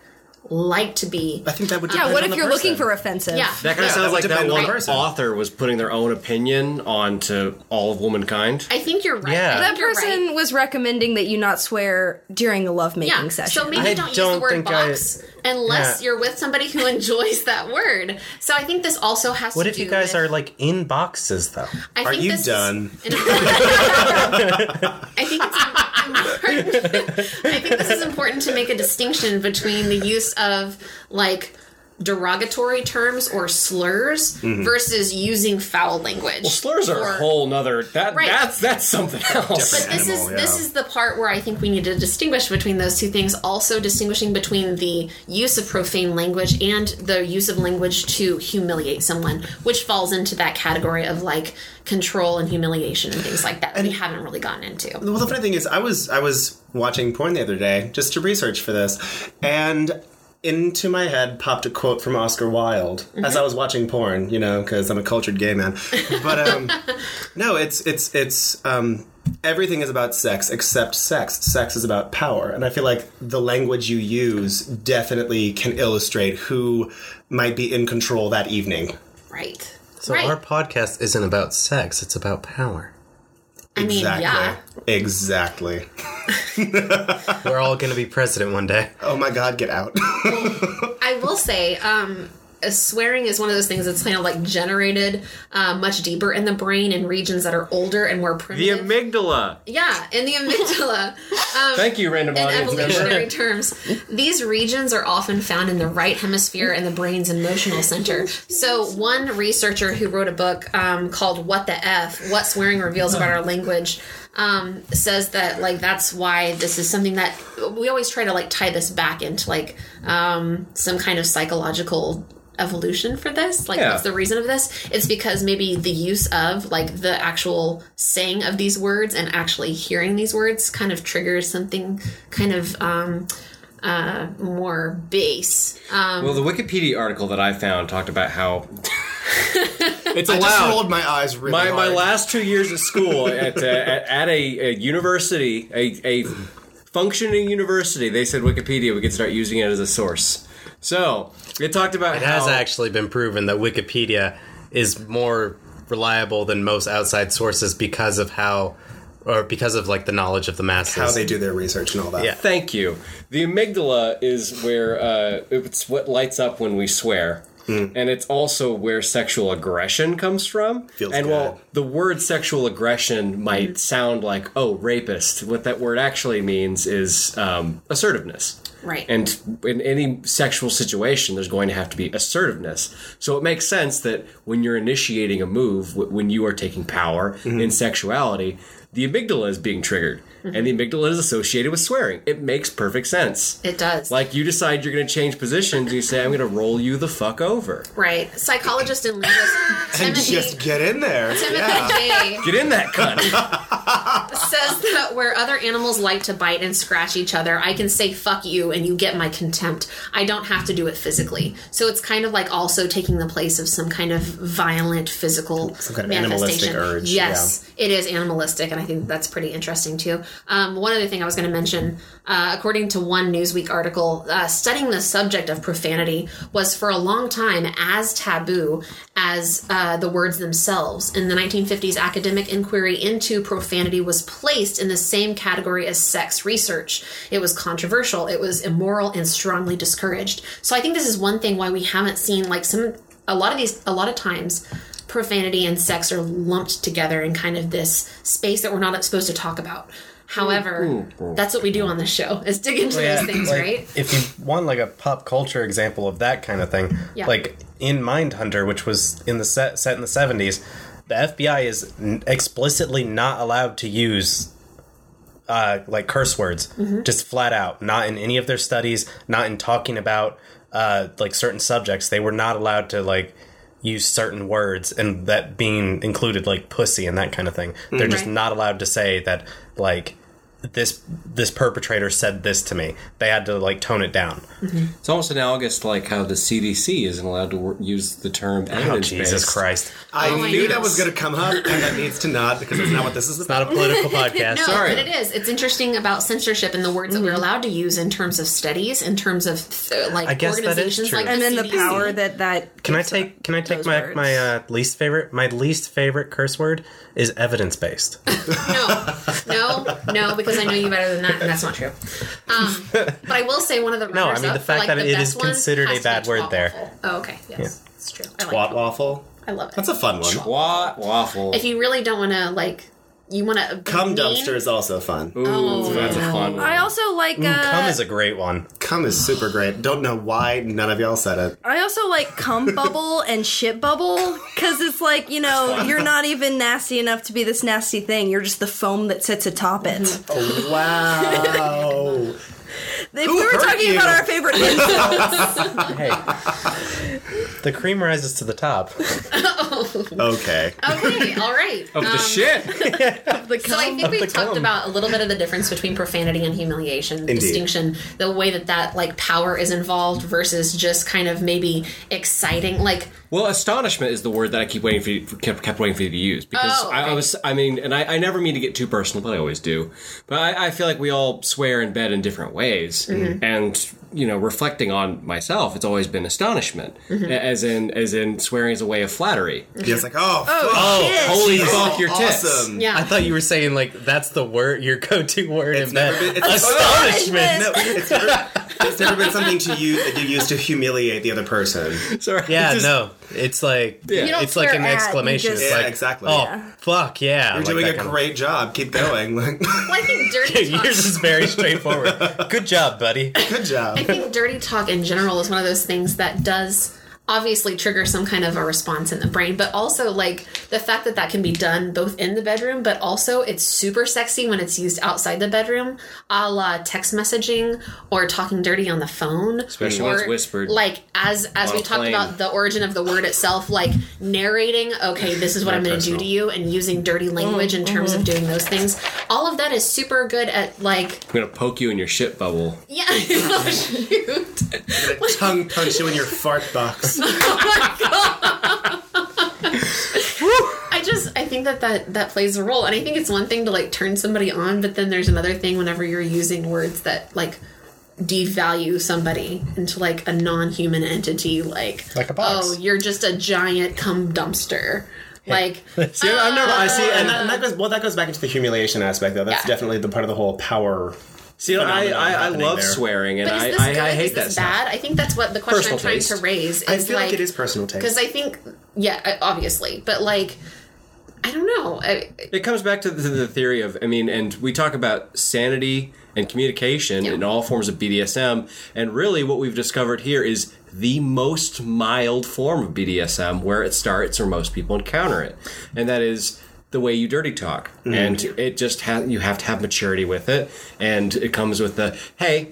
Speaker 2: like to be
Speaker 3: I think that would.
Speaker 5: Yeah,
Speaker 3: depend
Speaker 5: what
Speaker 3: on
Speaker 5: if
Speaker 3: the
Speaker 5: you're looking
Speaker 3: person.
Speaker 5: for offensive?
Speaker 2: yeah
Speaker 4: That kind
Speaker 3: Yeah,
Speaker 4: of
Speaker 3: that
Speaker 4: sounds
Speaker 3: would
Speaker 4: like that
Speaker 3: depend on
Speaker 4: one
Speaker 3: the person.
Speaker 4: author was putting their own opinion onto all of womankind.
Speaker 2: I think you're right.
Speaker 1: Yeah.
Speaker 2: I
Speaker 5: That
Speaker 2: think you're
Speaker 5: person
Speaker 2: right.
Speaker 5: was recommending that you not swear during the lovemaking
Speaker 2: Yeah.
Speaker 5: session.
Speaker 2: So maybe
Speaker 1: I
Speaker 2: don't, use the
Speaker 1: don't
Speaker 2: word
Speaker 1: think I-
Speaker 2: box unless
Speaker 1: Yeah.
Speaker 2: you're with somebody who enjoys that word. So I think this also has
Speaker 1: What
Speaker 2: to
Speaker 1: if
Speaker 2: do
Speaker 1: you guys
Speaker 2: with,
Speaker 1: are like in boxes though?
Speaker 2: I
Speaker 3: Are
Speaker 2: think
Speaker 3: you
Speaker 2: this is-
Speaker 3: done?
Speaker 2: I think it's important. I think this is important to make a distinction between the use of like derogatory terms or slurs
Speaker 3: Mm-hmm.
Speaker 2: versus using foul language.
Speaker 4: Well, slurs are
Speaker 2: Or-
Speaker 4: a whole nother. That
Speaker 2: Right.
Speaker 4: that's that's something else.
Speaker 2: But this is
Speaker 3: animal,
Speaker 2: this
Speaker 3: yeah.
Speaker 2: is the part where I think we need to distinguish between those two things. Also, distinguishing between the use of profane language and the use of language to humiliate someone, which falls into that category of like control and humiliation and things like that. that we haven't really gotten into.
Speaker 3: Well, the funny thing is, I was I was watching porn the other day just to research for this, and into my head popped a quote from Oscar Wilde
Speaker 2: Mm-hmm.
Speaker 3: as I was watching porn. You know, because I'm a cultured gay man. But um, no, it's it's it's um, everything is about sex except sex. Sex is about power, and I feel like the language you use definitely can illustrate who might be in control that evening.
Speaker 2: Right.
Speaker 1: So
Speaker 2: right.
Speaker 1: our podcast isn't about sex; it's about power.
Speaker 2: I mean,
Speaker 3: exactly.
Speaker 2: yeah.
Speaker 3: Exactly.
Speaker 1: We're all going to be president one day.
Speaker 3: Oh my God, get out.
Speaker 2: I will say, um, uh, swearing is one of those things that's kind of like generated uh, much deeper in the brain in regions that are older and more
Speaker 4: The
Speaker 2: primitive.
Speaker 4: amygdala.
Speaker 2: yeah, in the amygdala.
Speaker 4: Thank you, random
Speaker 2: in
Speaker 4: audience member.
Speaker 2: evolutionary terms, these regions are often found in the right hemisphere and the brain's emotional center. So, one researcher who wrote a book um, called "What the F: What Swearing Reveals About Our Language" um, says that like that's why this is something that we always try to like tie this back into like um, some kind of psychological evolution for this? Like,
Speaker 4: Yeah.
Speaker 2: what's the reason of this? It's because maybe the use of, like, the actual saying of these words and actually hearing these words kind of triggers something kind of um, uh, more base. Um,
Speaker 4: Well, the Wikipedia article that I found talked about how
Speaker 3: It's I just rolled my eyes really
Speaker 4: my,
Speaker 3: hard.
Speaker 4: my last two years at school at, uh, at, at a, a university, a, a functioning university, they said Wikipedia, we could start using it as a source. So it talked about
Speaker 1: It has
Speaker 4: how,
Speaker 1: actually been proven that Wikipedia is more reliable than most outside sources because of how, or because of like the knowledge of the masses.
Speaker 3: how they do their research and all that.
Speaker 1: Yeah.
Speaker 4: Thank you. The amygdala is where uh, it's what lights up when we swear. And it's also where sexual aggression comes from.
Speaker 3: Feels
Speaker 4: and
Speaker 3: good.
Speaker 4: while the word sexual aggression might sound like, oh, rapist, what that word actually means is um, assertiveness.
Speaker 2: Right.
Speaker 4: And in any sexual situation, there's going to have to be assertiveness. So it makes sense that when you're initiating a move, wh- when you are taking power in sexuality, the amygdala is being triggered. And the amygdala is associated with swearing. It makes perfect sense.
Speaker 2: it does.
Speaker 4: Like you decide you're going to change positions and you say, I'm going to roll you the fuck over.
Speaker 2: right. Psychologist and linguist
Speaker 3: And
Speaker 2: Timothy,
Speaker 3: just get in there.
Speaker 2: Timothy
Speaker 3: Yeah.
Speaker 2: J.
Speaker 4: Get in that cunt.
Speaker 2: says that where other animals like to bite and scratch each other, I can say fuck you and you get my contempt. I don't have to do it physically. So it's kind of like also taking the place of some kind of violent physical
Speaker 3: Some kind of
Speaker 2: manifestation.
Speaker 3: animalistic urge,
Speaker 2: Yes, it is animalistic and I think that's pretty interesting too. Um, one other thing I was going to mention, uh, according to one Newsweek article, uh, studying the subject of profanity was for a long time as taboo as uh, the words themselves. In the 1950s, academic inquiry into profanity was placed in the same category as sex research. It was controversial, it was immoral, and strongly discouraged. So I think this is one thing why we haven't seen like some a lot of these a lot of times profanity and sex are lumped together in kind of this space that we're not supposed to talk about. However, that's what we do on this show is dig into
Speaker 1: Yeah,
Speaker 2: those things,
Speaker 1: like,
Speaker 2: right?
Speaker 1: If you want like a pop culture example of that kind of thing,
Speaker 2: Yeah.
Speaker 1: like in Mindhunter, which was in the set set in the seventies, the FBI is n- explicitly not allowed to use uh, like curse words,
Speaker 2: Mm-hmm.
Speaker 1: just flat out. Not in any of their studies, not in talking about uh, like certain subjects. They were not allowed to like use certain words, and that being included like pussy and that kind of thing. They're just
Speaker 2: Mm-hmm. Right.
Speaker 1: not allowed to say that like this this perpetrator said this to me. They had to like tone it down.
Speaker 4: it's almost analogous to like how the CDC isn't allowed to wor- use the term
Speaker 1: Oh
Speaker 4: evidence-based.
Speaker 1: Jesus Christ!
Speaker 3: I
Speaker 2: Oh my
Speaker 3: knew that
Speaker 2: goodness.
Speaker 3: was going to come up, and that needs to not because it's not what this is
Speaker 1: Not
Speaker 3: about.
Speaker 1: a political podcast.
Speaker 2: No,
Speaker 4: Sorry.
Speaker 2: but it is. It's interesting about censorship and the words that we're allowed to use in terms of studies, in terms of uh, like
Speaker 1: Mm-hmm. I guess that is
Speaker 2: organizations
Speaker 1: true.
Speaker 2: like
Speaker 5: and then the
Speaker 2: CDC.
Speaker 5: power that that
Speaker 1: Can I
Speaker 5: gives
Speaker 1: take Can I take
Speaker 5: those
Speaker 1: my
Speaker 5: words.
Speaker 1: my uh, least favorite? My least favorite curse word is evidence based.
Speaker 2: no, no, no, because I know you better than that, and that's not true. Um, but I will say one of the
Speaker 1: No, I
Speaker 2: runners
Speaker 1: mean,
Speaker 2: up
Speaker 1: the
Speaker 2: for,
Speaker 1: fact
Speaker 2: like,
Speaker 1: that
Speaker 2: the
Speaker 1: it
Speaker 2: best
Speaker 1: is
Speaker 2: one
Speaker 1: considered a
Speaker 2: has to be
Speaker 1: bad word
Speaker 2: twat
Speaker 1: there.
Speaker 2: waffle. Oh, okay, yes, it's true. I like
Speaker 3: Twat waffle.
Speaker 2: it. I love it.
Speaker 3: That's a fun one.
Speaker 4: Wa- waffle.
Speaker 2: if you really don't want to like, you want to
Speaker 3: Cum dumpster is also fun.
Speaker 4: Ooh,
Speaker 2: oh,
Speaker 4: that's a fun one.
Speaker 5: I also like uh,
Speaker 1: Cum is a great one.
Speaker 3: Cum is super great. Don't know why none of y'all said it.
Speaker 5: I also like cum bubble and shit bubble because it's like you know you're not even nasty enough to be this nasty thing. You're just the foam that sits atop it.
Speaker 3: Oh, wow.
Speaker 5: If
Speaker 3: Who
Speaker 5: we were
Speaker 3: hurt
Speaker 5: talking
Speaker 3: you?
Speaker 5: about our favorite insults,
Speaker 1: Hey, the cream rises to the top.
Speaker 3: okay.
Speaker 2: Okay, all right.
Speaker 4: of the shit.
Speaker 2: So I think we
Speaker 1: the
Speaker 2: talked
Speaker 1: cum.
Speaker 2: about a little bit of the difference between profanity and humiliation, the
Speaker 3: Indeed.
Speaker 2: distinction, the way that that like power is involved versus just kind of maybe exciting, like
Speaker 4: Well, astonishment is the word that I keep waiting for you, kept, kept waiting for you to use because
Speaker 2: Oh,
Speaker 4: I, I
Speaker 2: okay.
Speaker 4: was, I mean, and I, I never mean to get too personal, but I always do. But I, I feel like we all swear in bed in different ways,
Speaker 2: Mm-hmm.
Speaker 4: and you know, reflecting on myself, it's always been astonishment,
Speaker 2: Mm-hmm.
Speaker 4: A- as in, as in, swearing is a way of flattery.
Speaker 3: It's like, oh,
Speaker 5: shit.
Speaker 4: Holy
Speaker 3: fuck,
Speaker 4: fuck, your tits!
Speaker 3: awesome.
Speaker 2: yeah.
Speaker 1: I thought you were saying like that's the word your go to word in
Speaker 3: never
Speaker 1: bed.
Speaker 3: been- it's-
Speaker 1: Astonishment.
Speaker 3: No, it's never, it's never been something to you that you use to humiliate the other person.
Speaker 4: Sorry,
Speaker 1: Yeah,
Speaker 4: Just-
Speaker 1: no, it's like
Speaker 4: You don't
Speaker 1: it's like an
Speaker 5: swear at, you
Speaker 1: exclamation.
Speaker 5: just-
Speaker 1: it's
Speaker 3: Yeah,
Speaker 1: like
Speaker 3: exactly.
Speaker 1: Oh
Speaker 5: Yeah.
Speaker 1: fuck yeah!
Speaker 3: You're doing a great job. Keep going. Like,
Speaker 2: Well, I think dirty talk.
Speaker 1: Yours is very straightforward. Good job, buddy.
Speaker 3: good job.
Speaker 2: I think dirty talk in general is one of those things that does obviously trigger some kind of a response in the brain, but also like the fact that that can be done both in the bedroom, but also it's super sexy when it's used outside the bedroom, a la text messaging or talking dirty on the phone,
Speaker 4: Especially
Speaker 2: or,
Speaker 4: when it's whispered.
Speaker 2: Like as as
Speaker 4: On
Speaker 2: we
Speaker 4: a
Speaker 2: talked
Speaker 4: plane.
Speaker 2: about the origin of the word itself, like narrating, okay, this is what I'm going to do to
Speaker 4: personal.
Speaker 2: you, and using dirty language in terms of doing those things. All of that is super good at like
Speaker 4: I'm gonna poke you in your shit bubble.
Speaker 2: yeah. Oh, shoot.
Speaker 3: Tongue punch you in your fart box.
Speaker 2: I just I think that, that that plays a role, and I think it's one thing to like turn somebody on, but then there's another thing whenever you're using words that like devalue somebody into like a non-human entity, like
Speaker 1: Like a box.
Speaker 2: Oh, you're just a giant cum dumpster. Like um,
Speaker 3: See, I've never. I see, and that, and that goes well. That goes back into the humiliation aspect, though. That's
Speaker 2: Yeah.
Speaker 3: definitely the part of the whole power.
Speaker 4: See, I,
Speaker 3: Phenomenon
Speaker 4: I, I
Speaker 3: happening
Speaker 4: love
Speaker 3: there.
Speaker 4: swearing, and
Speaker 2: but is
Speaker 4: I,
Speaker 2: this
Speaker 4: I,
Speaker 2: good?
Speaker 4: I
Speaker 2: is
Speaker 4: hate that
Speaker 2: this
Speaker 4: stuff.
Speaker 2: bad? I think that's what the question
Speaker 4: Personal
Speaker 2: I'm trying
Speaker 4: taste.
Speaker 2: to raise. Is
Speaker 3: I feel like, it is personal taste.
Speaker 2: because I think yeah, I- obviously, but like I don't know. I,
Speaker 4: It comes back to the, to the theory of, I mean, and we talk about sanity and communication in all forms of BDSM, and really what we've discovered here is the most mild form of BDSM where it starts or most people encounter it, and that is the way you dirty talk,
Speaker 3: Mm-hmm.
Speaker 4: and it just ha- you have to have maturity with it, and it comes with the hey.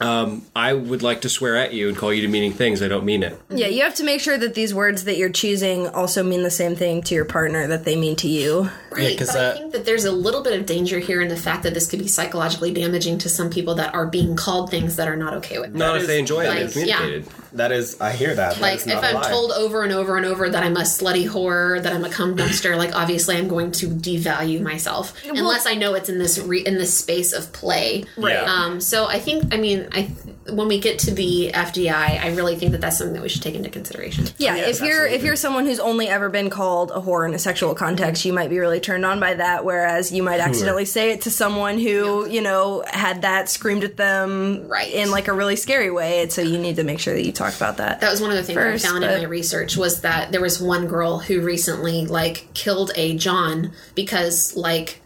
Speaker 4: Um, I would like to swear at you and call you demeaning things. I don't mean it.
Speaker 5: Yeah, you have to make sure that these words that you're choosing also mean the same thing to your partner that they mean to you.
Speaker 2: Right,
Speaker 1: 'cause,
Speaker 2: but
Speaker 1: uh,
Speaker 2: I think that there's a little bit of danger here in the fact that this could be psychologically damaging to some people that are being called things that are not okay with. them.
Speaker 4: Not if they enjoy it.
Speaker 2: like,
Speaker 4: They've communicated.
Speaker 3: that is, I hear that.
Speaker 2: Like if I'm told over and over and over that I'm a slutty whore, that I'm a cum dumpster, like obviously I'm going to devalue myself unless I know it's in this re- in this space of play.
Speaker 3: Right. Yeah.
Speaker 2: Um, so I think I mean I when we get to the FDI, I really think that that's something that we should take into consideration.
Speaker 5: Yeah, if you're if you're someone who's only ever been called a whore in a sexual context, you might be really turned on by that. Whereas you might accidentally say it to someone who you know had that screamed at them
Speaker 2: Right.
Speaker 5: in like a really scary way. And so you need to make sure that you talk about that.
Speaker 2: that was one of the things
Speaker 5: first,
Speaker 2: I found
Speaker 5: but-
Speaker 2: in my research was that there was one girl who recently like killed a John because like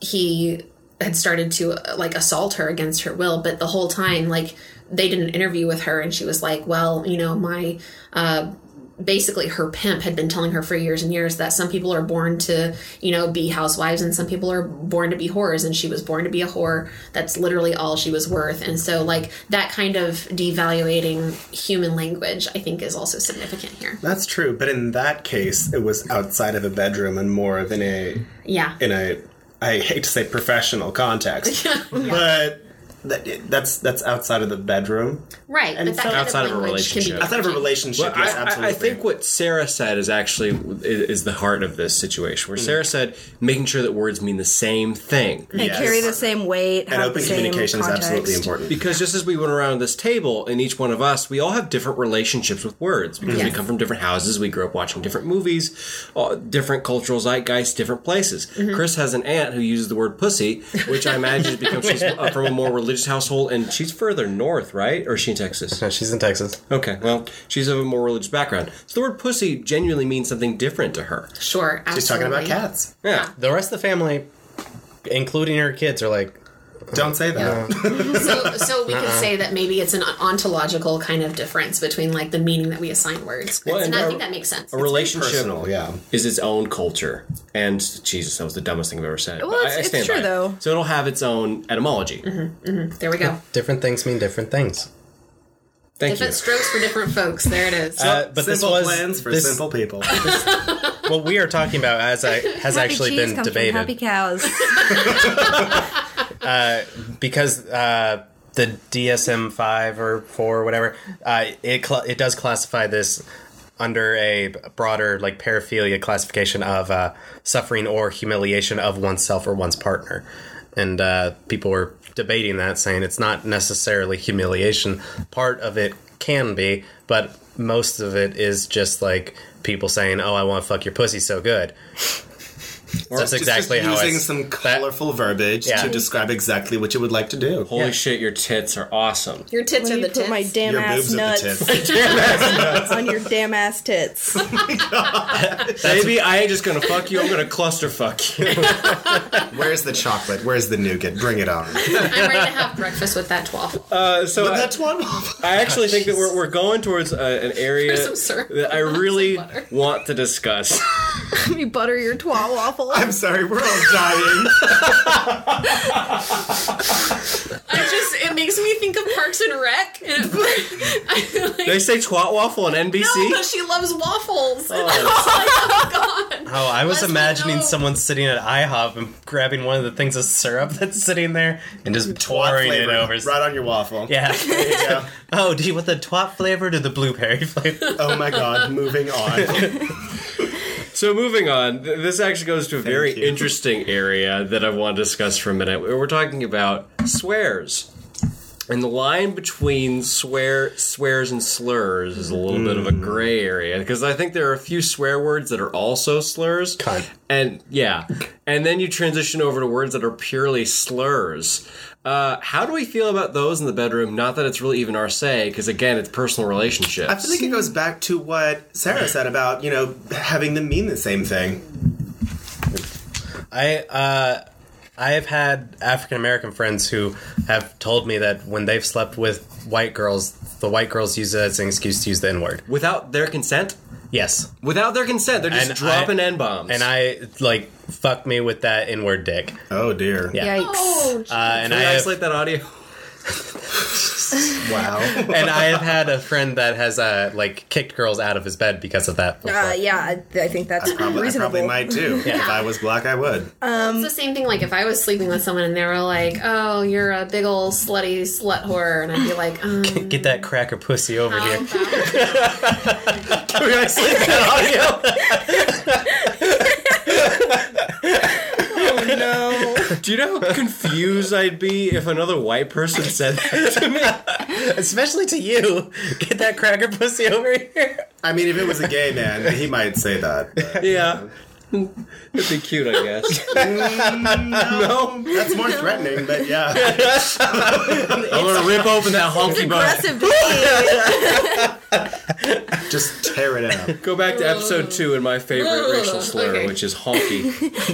Speaker 2: he had started to uh, like assault her against her will, but the whole time like they did an interview with her and she was like, "Well, you know, my basically her pimp had been telling her for years and years that some people are born to you know be housewives and some people are born to be whores and she was born to be a whore that's literally all she was worth and so like that kind of devaluating human language i think is also significant here
Speaker 3: That's true, but in that case, it was outside of a bedroom and more of in a
Speaker 2: yeah
Speaker 3: in a I hate to say professional context, but that, that's that's outside of the bedroom,
Speaker 2: right
Speaker 3: And
Speaker 2: but that
Speaker 3: so-
Speaker 2: kind
Speaker 4: Outside of a
Speaker 2: language can be
Speaker 4: relationship.
Speaker 3: outside of a relationship.
Speaker 4: Well,
Speaker 3: yes,
Speaker 4: I- I,
Speaker 3: absolutely.
Speaker 4: I think what Sarah said is actually is, is the heart of this situation. Where Sarah said making sure that words mean the same thing,
Speaker 5: and
Speaker 3: Yes.
Speaker 5: carry the same weight.
Speaker 3: and
Speaker 5: have
Speaker 3: open
Speaker 5: the same
Speaker 3: communication
Speaker 5: context.
Speaker 3: is absolutely important.
Speaker 4: because just as we went around this table, and each one of us, we all have different relationships with words because we
Speaker 2: Yes.
Speaker 4: come from different houses, we grew up watching different movies, uh, different cultural zeitgeists, different places. Chris has an aunt who uses the word pussy, which I imagine is because she's uh, from a more religious household, and she's further north, right? Or is she in Texas?
Speaker 1: No, she's in Texas.
Speaker 4: Okay, well, she's of a more religious background. So the word pussy genuinely means something different to her.
Speaker 2: sure absolutely.
Speaker 3: She's talking about cats.
Speaker 4: Yeah.
Speaker 1: The rest of the family, including her kids, are like,
Speaker 3: Don't say that.
Speaker 2: so so we could
Speaker 3: Uh-uh.
Speaker 2: say that maybe it's an ontological kind of difference between like the meaning that we assign words
Speaker 4: Well,
Speaker 2: and
Speaker 4: and
Speaker 2: i
Speaker 4: a-
Speaker 2: think that makes sense
Speaker 4: A relationship
Speaker 3: Personal, yeah.
Speaker 4: is its own culture. And Jesus, that was the dumbest thing I've ever said. But I-
Speaker 5: it's-
Speaker 4: I
Speaker 5: it's
Speaker 4: stand
Speaker 5: true,
Speaker 4: by it.
Speaker 5: though.
Speaker 4: So it'll have its own etymology.
Speaker 2: there we go
Speaker 1: different things mean different things.
Speaker 4: Thank you.
Speaker 2: different strokes for different folks there it is
Speaker 1: Uh, but this
Speaker 3: simple
Speaker 1: was
Speaker 3: plans for
Speaker 1: this,
Speaker 3: simple people.
Speaker 1: What we are talking about as I, has
Speaker 5: Happy
Speaker 1: actually
Speaker 5: cheese
Speaker 1: been
Speaker 5: comes from
Speaker 1: debated.
Speaker 5: Happy cows.
Speaker 1: because uh, the DSM five or four or whatever, uh, it cl- it does classify this under a broader like paraphilia classification of uh, suffering or humiliation of oneself or one's partner, and uh, people were debating that, saying it's not necessarily humiliation. Part of it can be, but most of it is just like people saying, "Oh, I want to fuck your pussy so good." That's
Speaker 3: Just- just
Speaker 1: exactly how I
Speaker 3: using
Speaker 1: s-
Speaker 3: some
Speaker 1: that-
Speaker 3: colorful verbiage
Speaker 1: Yeah.
Speaker 3: to describe exactly what you would like to do.
Speaker 4: Holy shit, your tits are awesome.
Speaker 2: Your tits
Speaker 5: Let
Speaker 2: are
Speaker 5: me
Speaker 2: the
Speaker 5: put
Speaker 2: tits.
Speaker 5: my damn
Speaker 3: Your
Speaker 5: ass
Speaker 3: boobs are the
Speaker 5: nuts
Speaker 3: tits.
Speaker 5: on your damn ass tits.
Speaker 4: Baby, I ain't just gonna fuck you, I'm gonna cluster fuck you.
Speaker 3: Where's the chocolate? Where's the nougat? Bring it on.
Speaker 2: I'm ready to have breakfast with that twaffle.
Speaker 4: Uh, so I-
Speaker 3: That's one.
Speaker 4: I actually think that we're, we're going towards uh, an area
Speaker 2: some syrup.
Speaker 4: that I really
Speaker 2: Some butter.
Speaker 4: want to discuss.
Speaker 5: Let me butter your twa waffle.
Speaker 3: I'm sorry, we're all dying.
Speaker 2: I just it makes me think of Parks and Rec. And it, I like,
Speaker 4: they say twat waffle on NBC.
Speaker 2: no, but she loves waffles.
Speaker 1: Oh, I was
Speaker 2: Leslie,
Speaker 1: imagining
Speaker 2: no.
Speaker 1: someone sitting at IHOP and grabbing one of the things of syrup that's sitting there and just pouring it
Speaker 3: Flavoring,
Speaker 1: over.
Speaker 3: Right on your waffle.
Speaker 1: Yeah.
Speaker 3: Yeah.
Speaker 1: oh, do you want the twat flavor or the blueberry flavor?
Speaker 3: Oh my god, moving on.
Speaker 4: So moving on, th- this actually goes to a very
Speaker 3: you.
Speaker 4: interesting area that I want to discuss for a minute. We're talking about swears. And the line between swear swears and slurs is a little bit of a
Speaker 3: Mm.
Speaker 4: gray area because I think there are a few swear words that are also slurs.
Speaker 1: Cunt.
Speaker 4: And yeah. And then you transition over to words that are purely slurs. Uh, how do we feel about those in the bedroom? Not that it's really even our say, because again, it's personal relationships.
Speaker 3: I feel like it goes back to what Sarah said about, you know, having them mean the same thing.
Speaker 1: I uh I have had African American friends who have told me that when they've slept with white girls, the white girls use it as an excuse to use the N word.
Speaker 4: Without their consent,
Speaker 1: Yes.
Speaker 4: without their consent, they're just
Speaker 1: And I-
Speaker 4: dropping n bombs.
Speaker 1: And I like fuck me with that N word dick.
Speaker 3: Oh dear.
Speaker 1: Yeah.
Speaker 5: Yikes.
Speaker 2: Oh,
Speaker 1: Uh, and I
Speaker 4: Can we
Speaker 1: have,
Speaker 4: isolate that audio?
Speaker 3: Wow.
Speaker 1: and I have had a friend that has uh like kicked girls out of his bed because of that. before.
Speaker 5: Uh, yeah, I, I think that's
Speaker 3: Probably, I
Speaker 5: reasonable.
Speaker 3: probably might too. If I was black, I would.
Speaker 2: it's the same thing. Like if I was sleeping with someone and they were like, "Oh, you're a big old slutty slut whore," and I'd be like, um,
Speaker 1: Get that cracker pussy over
Speaker 2: how
Speaker 1: here.
Speaker 2: about-
Speaker 4: Can we isolate that audio?
Speaker 5: No.
Speaker 4: Do you know how confused I'd be if another white person said that to me?
Speaker 1: Especially to you. Get that cracker pussy over here.
Speaker 3: I mean, if it was a gay man, he might say that. but
Speaker 4: Yeah. It'd be cute, I guess.
Speaker 3: Mm,
Speaker 4: no.
Speaker 3: That's more threatening, but yeah.
Speaker 4: I'm gonna rip open that honky bun.
Speaker 5: Aggressive behavior.
Speaker 3: Just tear it out.
Speaker 4: Go back to episode two and my favorite racial slur,
Speaker 2: Okay.
Speaker 4: which is honky.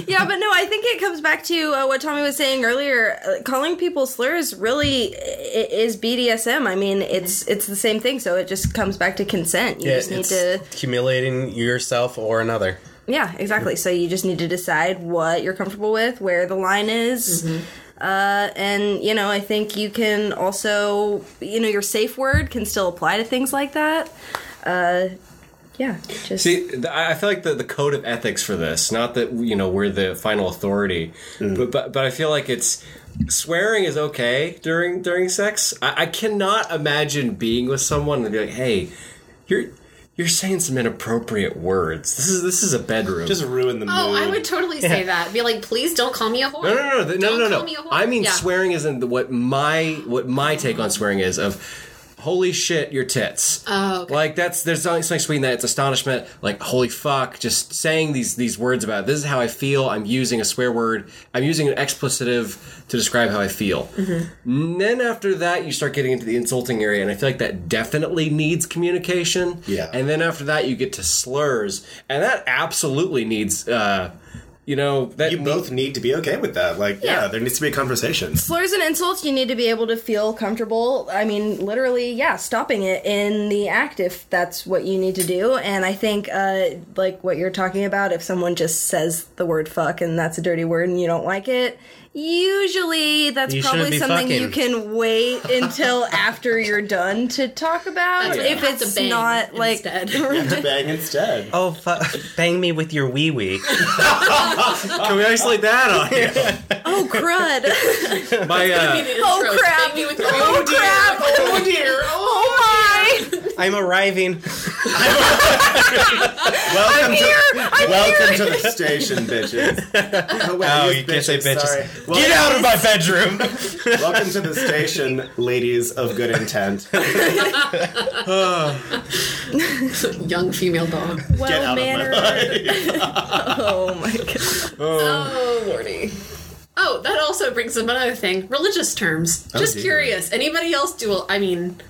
Speaker 5: yeah, but no, I think it comes back to uh, what Tommy was saying earlier. Uh, calling people slurs really i- i- is BDSM. I mean, it's it's the same thing. So it just comes back to consent. You just need
Speaker 1: it's
Speaker 5: to,
Speaker 1: humiliating yourself or another.
Speaker 5: yeah, exactly. So you just need to decide what you're comfortable with, where the line is. Uh, and you know, I think you can also, you know, your safe word can still apply to things like that. Uh, yeah, just
Speaker 4: See, th- I I feel like the, the code of ethics for this, not that, you know, we're the final authority, but, but, but I feel like it's swearing is okay during during sex. I, I cannot imagine being with someone and be like, "Hey, you're you're saying some inappropriate words. This is this is a bedroom."
Speaker 3: Just ruin the mood.
Speaker 2: oh, I would totally say that. Be like, "Please don't call me a whore."
Speaker 4: no, no, no, no, no,
Speaker 2: Don't
Speaker 4: no,
Speaker 2: call
Speaker 4: no.
Speaker 2: me a whore.
Speaker 4: I mean,
Speaker 2: Yeah.
Speaker 4: swearing isn't what my what my take on swearing is of. Holy shit, your tits!
Speaker 2: Oh, okay.
Speaker 4: like that's there's something something sweet in that. It's astonishment. Like holy fuck, just saying these these words about it. this is how I feel. I'm using a swear word. I'm using an explicitive to describe how I feel.
Speaker 2: Mm-hmm.
Speaker 4: And then after that, you start getting into the insulting area, and I feel like that definitely needs communication.
Speaker 3: Yeah.
Speaker 4: And then after that, you get to slurs, and that absolutely needs. uh you know that
Speaker 3: You both need to be okay with that. Like, yeah,
Speaker 5: Yeah.
Speaker 3: there needs to be a conversation.
Speaker 5: slurs and insults you need to be able to feel comfortable i mean literally yeah stopping it in the act if that's what you need to do and i think uh like what you're talking about if someone just says the word fuck and that's a dirty word and you don't like it usually that's
Speaker 1: You shouldn't be
Speaker 5: probably something
Speaker 1: fucking.
Speaker 5: you can wait until after you're done to talk about
Speaker 2: That's what
Speaker 5: if
Speaker 2: you have
Speaker 5: it's
Speaker 2: to bang
Speaker 5: not like
Speaker 2: instead.
Speaker 3: Bang instead.
Speaker 1: Oh, fu- bang me with your wee wee.
Speaker 4: Can we isolate that on you?
Speaker 5: oh crud
Speaker 4: My, uh,
Speaker 5: Oh, crap.
Speaker 2: Oh
Speaker 5: crap
Speaker 3: Oh dear.
Speaker 5: oh my
Speaker 1: I'm arriving.
Speaker 3: Welcome to welcome to the station, bitches. Oh, wait, I
Speaker 4: Oh,
Speaker 3: used
Speaker 4: you can't say bitches.
Speaker 3: sorry. Wel-
Speaker 4: Get out of my bedroom.
Speaker 3: welcome to the station, ladies of good intent.
Speaker 2: Young female dog.
Speaker 5: Well mannered.
Speaker 3: life.
Speaker 5: Oh my god.
Speaker 2: Oh, lordy. Oh, that also brings up another thing. Religious terms.
Speaker 1: Oh,
Speaker 2: Just
Speaker 3: dear.
Speaker 2: curious. Anybody else do? I mean,